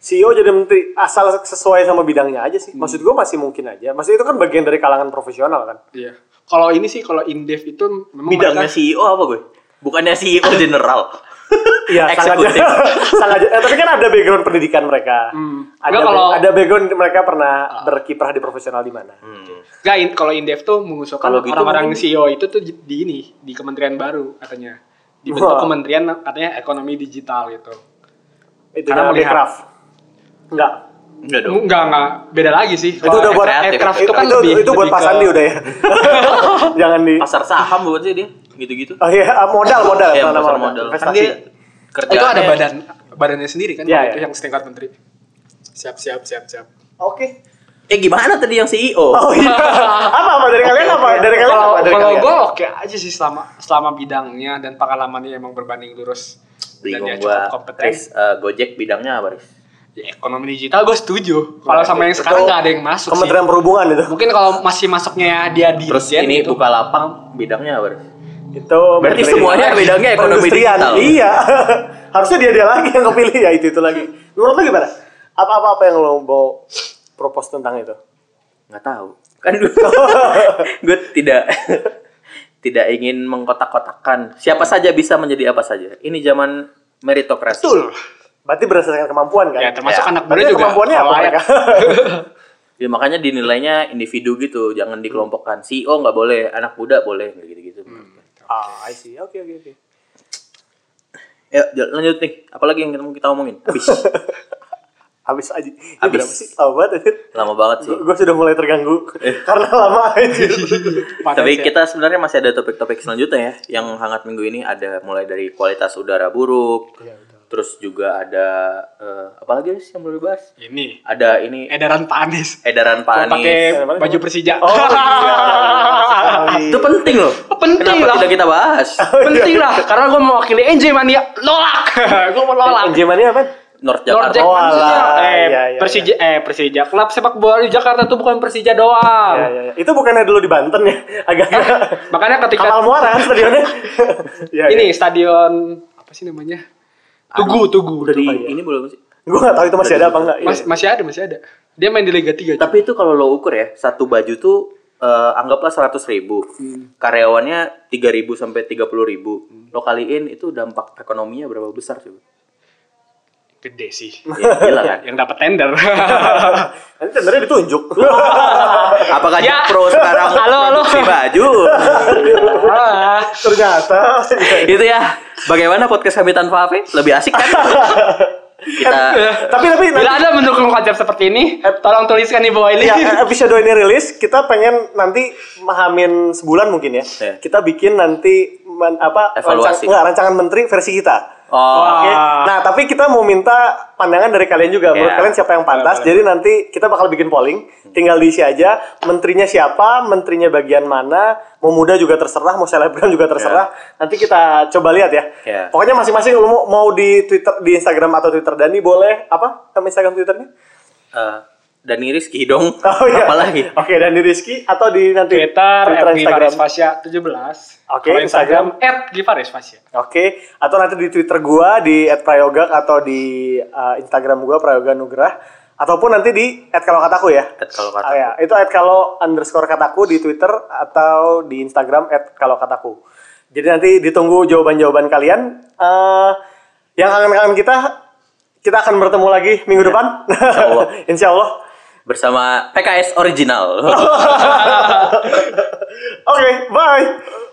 Speaker 4: CEO E jadi menteri asal sesuai sama bidangnya aja sih. Maksud gue masih mungkin aja. Maksudnya itu kan bagian dari kalangan profesional kan.
Speaker 3: Iya. Kalau ini sih kalau Indef itu memang
Speaker 2: Bidangnya
Speaker 3: mereka-
Speaker 2: CEO E apa gue? Bukannya CEO general.
Speaker 4: Iya, sangat
Speaker 2: Eksekutif.
Speaker 4: sangat eh, tapi kan ada background pendidikan mereka.
Speaker 3: Hmm.
Speaker 4: Ada
Speaker 3: Nggak, kalau-
Speaker 4: ada background mereka pernah berkiprah di profesional di mana.
Speaker 2: Hmm.
Speaker 3: Nggak, in- kalau Indef tuh mengusulkan
Speaker 2: Kalau gitu
Speaker 3: orang-orang
Speaker 2: mungkin-
Speaker 3: CEO itu tuh di di ini, di kementerian baru katanya. Dibentuk
Speaker 4: Wah.
Speaker 3: kementerian katanya ekonomi digital gitu.
Speaker 4: Itu namanya
Speaker 3: Karena melihat.
Speaker 4: Backcraft. Enggak.
Speaker 2: Enggak dong.
Speaker 3: Enggak, enggak. Beda lagi sih.
Speaker 4: Itu udah buat
Speaker 2: kreatif.
Speaker 3: aircraft
Speaker 4: Itu,
Speaker 3: itu kan
Speaker 4: itu,
Speaker 3: lebih
Speaker 4: itu buat
Speaker 3: lebih
Speaker 4: Pak
Speaker 3: ke-
Speaker 4: Sandi udah ya. Jangan di
Speaker 2: Pasar saham bukan sih dia? Gitu-gitu.
Speaker 4: Oh iya, ah, modal modal
Speaker 2: Iya,
Speaker 4: Tanah
Speaker 2: pasar modal. Kan
Speaker 4: Investasi.
Speaker 2: dia kerja
Speaker 3: Itu ada badan badannya sendiri kan
Speaker 4: Iya,
Speaker 3: kalau
Speaker 4: iya.
Speaker 3: itu yang setingkat menteri. Siap, siap, siap, siap.
Speaker 4: Oke.
Speaker 2: Eh gimana tadi yang CEO?
Speaker 4: Oh iya. apa apa dari kalian apa? Dari kalian
Speaker 3: Kalau
Speaker 4: apa? Dari
Speaker 3: kalau
Speaker 4: kalian.
Speaker 3: gue oke aja sih selama selama bidangnya dan pengalamannya emang berbanding lurus dan dia
Speaker 2: Bingung
Speaker 3: cukup
Speaker 2: gua.
Speaker 3: kompeten.
Speaker 2: Riz, eh, Gojek bidangnya apa, Riz?
Speaker 3: Ya, ekonomi digital gue setuju. Kalau sama yang sekarang nggak ada yang masuk sih.
Speaker 4: Kementerian Perhubungan itu.
Speaker 3: Mungkin kalau masih masuknya dia di
Speaker 2: Terus
Speaker 3: dirjen
Speaker 2: ini
Speaker 3: gitu.
Speaker 2: buka lapak bidangnya apa, Riz?
Speaker 4: Itu
Speaker 2: Berarti
Speaker 4: Menteri-
Speaker 2: semuanya bidangnya ekonomi
Speaker 4: Perindustrian.
Speaker 2: digital.
Speaker 4: Iya. Harusnya dia dia lagi yang kepilih ya itu itu lagi. Menurut lu gimana? Apa apa apa yang lo mau propose tentang itu?
Speaker 2: Nggak tahu. Kan gue, gue tidak tidak ingin mengkotak-kotakan. Siapa saja bisa menjadi apa saja. Ini zaman meritokrasi.
Speaker 3: betul.
Speaker 4: Berarti berdasarkan kemampuan kan?
Speaker 3: Ya termasuk
Speaker 2: Ya,
Speaker 3: anak muda
Speaker 4: Berarti
Speaker 3: juga.
Speaker 4: kemampuannya apa
Speaker 3: layak.
Speaker 4: mereka?
Speaker 2: Ya, makanya dinilainya individu gitu,
Speaker 3: Hmm.
Speaker 2: jangan dikelompokkan. CEO nggak boleh, anak muda boleh, nggak gitu-gitu.
Speaker 3: Hmm.
Speaker 4: Ah, I see. Oke, oke, oke.
Speaker 2: Ya, jal- lanjut nih. Apalagi yang kita mau kita omongin? Habis.
Speaker 4: Habis aja. Ini
Speaker 2: Habis.
Speaker 4: berapa sih? Lama banget. anjir.
Speaker 2: Lama banget sih.
Speaker 4: Gue sudah mulai terganggu
Speaker 2: Eh.
Speaker 4: karena lama aja.
Speaker 3: Panas
Speaker 2: Tapi
Speaker 3: ya.
Speaker 2: kita sebenarnya masih ada topik-topik selanjutnya ya, yang hangat minggu ini ada mulai dari kualitas udara buruk,
Speaker 3: Iya,
Speaker 2: terus juga ada eh, apa lagi sih yang belum dibahas?
Speaker 3: ini
Speaker 2: Ada ini
Speaker 3: edaran Pak Anies.
Speaker 2: edaran
Speaker 3: Kalau
Speaker 2: panis.
Speaker 3: pakai baju Persija.
Speaker 4: Oh, iya. Sekali.
Speaker 2: Itu penting loh.
Speaker 3: Penting
Speaker 2: Kenapa
Speaker 3: lah.
Speaker 2: tidak kita bahas?
Speaker 3: penting lah karena gue mewakili NJ mania nolak gue mau nolak
Speaker 4: Jamannya apa?
Speaker 2: North
Speaker 3: Lord
Speaker 2: Jakarta.
Speaker 3: Jack
Speaker 4: Oh,
Speaker 3: maksudnya,
Speaker 4: alah,
Speaker 3: eh,
Speaker 4: iya, iya,
Speaker 3: Persija eh Persija klub sepak bola di Jakarta tuh bukan Persija doang
Speaker 4: Ya, ya, ya. Itu bukannya dulu di Banten ya? Agak
Speaker 3: iya. Eh, makanya ketika
Speaker 4: Kamal Muara kan stadionnya. ya,
Speaker 3: ini stadion apa sih namanya Tugu Tugu
Speaker 2: Udah di
Speaker 3: Tugu.
Speaker 2: ini belum sih.
Speaker 4: Gue gak tahu itu masih ada apa enggak.
Speaker 3: Mas,
Speaker 4: Iya.
Speaker 3: masih ada masih ada dia main di Liga 3
Speaker 2: Tapi itu kalau lo ukur ya, satu baju tuh eh, anggaplah 100.000 ribu, karyawannya 3.000 sampai 30.000 ribu, lo kaliin itu dampak ekonominya berapa besar coba?
Speaker 3: gede sih
Speaker 2: Ya, gila kan?
Speaker 3: yang dapat tender
Speaker 4: Nanti tendernya ditunjuk.
Speaker 2: Apakah
Speaker 3: Ya.
Speaker 2: Jakpro sekarang
Speaker 3: Halo, halo.
Speaker 2: produksi baju?
Speaker 3: Ah,
Speaker 4: Ternyata.
Speaker 2: Itu ya. Bagaimana podcast kami tanpa Ape? Lebih asik kan? Kita
Speaker 3: ya.
Speaker 4: tapi tapi
Speaker 3: bila
Speaker 4: nanti Eh,
Speaker 3: ada mendukung konsep seperti ini tolong tuliskan di bawah ini
Speaker 4: ya, episode ini rilis, kita pengen nanti mahamin sebulan mungkin ya.
Speaker 2: Iya.
Speaker 4: Kita bikin nanti men- apa
Speaker 2: Evaluasi.
Speaker 4: nggak, rancangan menteri versi kita.
Speaker 2: oh,
Speaker 4: Oke. Nah, tapi kita mau minta pandangan dari kalian juga.
Speaker 2: Iya.
Speaker 4: Menurut kalian siapa yang pantas? Jadi nanti kita bakal bikin polling, tinggal diisi aja menterinya siapa, menterinya bagian mana, mau muda juga terserah, mau selebgram juga terserah. Nanti kita coba lihat ya.
Speaker 2: Iya.
Speaker 4: Pokoknya masing-masing lu mau, mau di Twitter, di Instagram atau Twitter Dani boleh apa? Nama Instagram Twitternya?
Speaker 2: eh, Dani Rizky dong.
Speaker 4: Oh iya.
Speaker 2: Apalagi?
Speaker 4: Oke, Dani Rizky atau di nanti
Speaker 3: Twitter, at
Speaker 4: Instagram.
Speaker 3: Givares Fasya 17.
Speaker 4: Oke,
Speaker 3: Kalau Instagram, at Givares Fasya.
Speaker 4: Oke, atau nanti di Twitter gua di @prayogak atau di uh, Instagram gua Prayoga Nugrah ataupun nanti di @kalokataku ya.
Speaker 2: At kalau
Speaker 4: Ah,
Speaker 2: kata.
Speaker 4: ya, itu @kalo underscore kataku di Twitter atau di Instagram @kalokataku. Jadi nanti ditunggu jawaban-jawaban kalian. Eh, yang kangen-kangen kita, kita akan bertemu lagi minggu depan. Insya
Speaker 2: Allah.
Speaker 4: Insya Allah.
Speaker 2: Bersama PKS original.
Speaker 4: Oke, bye.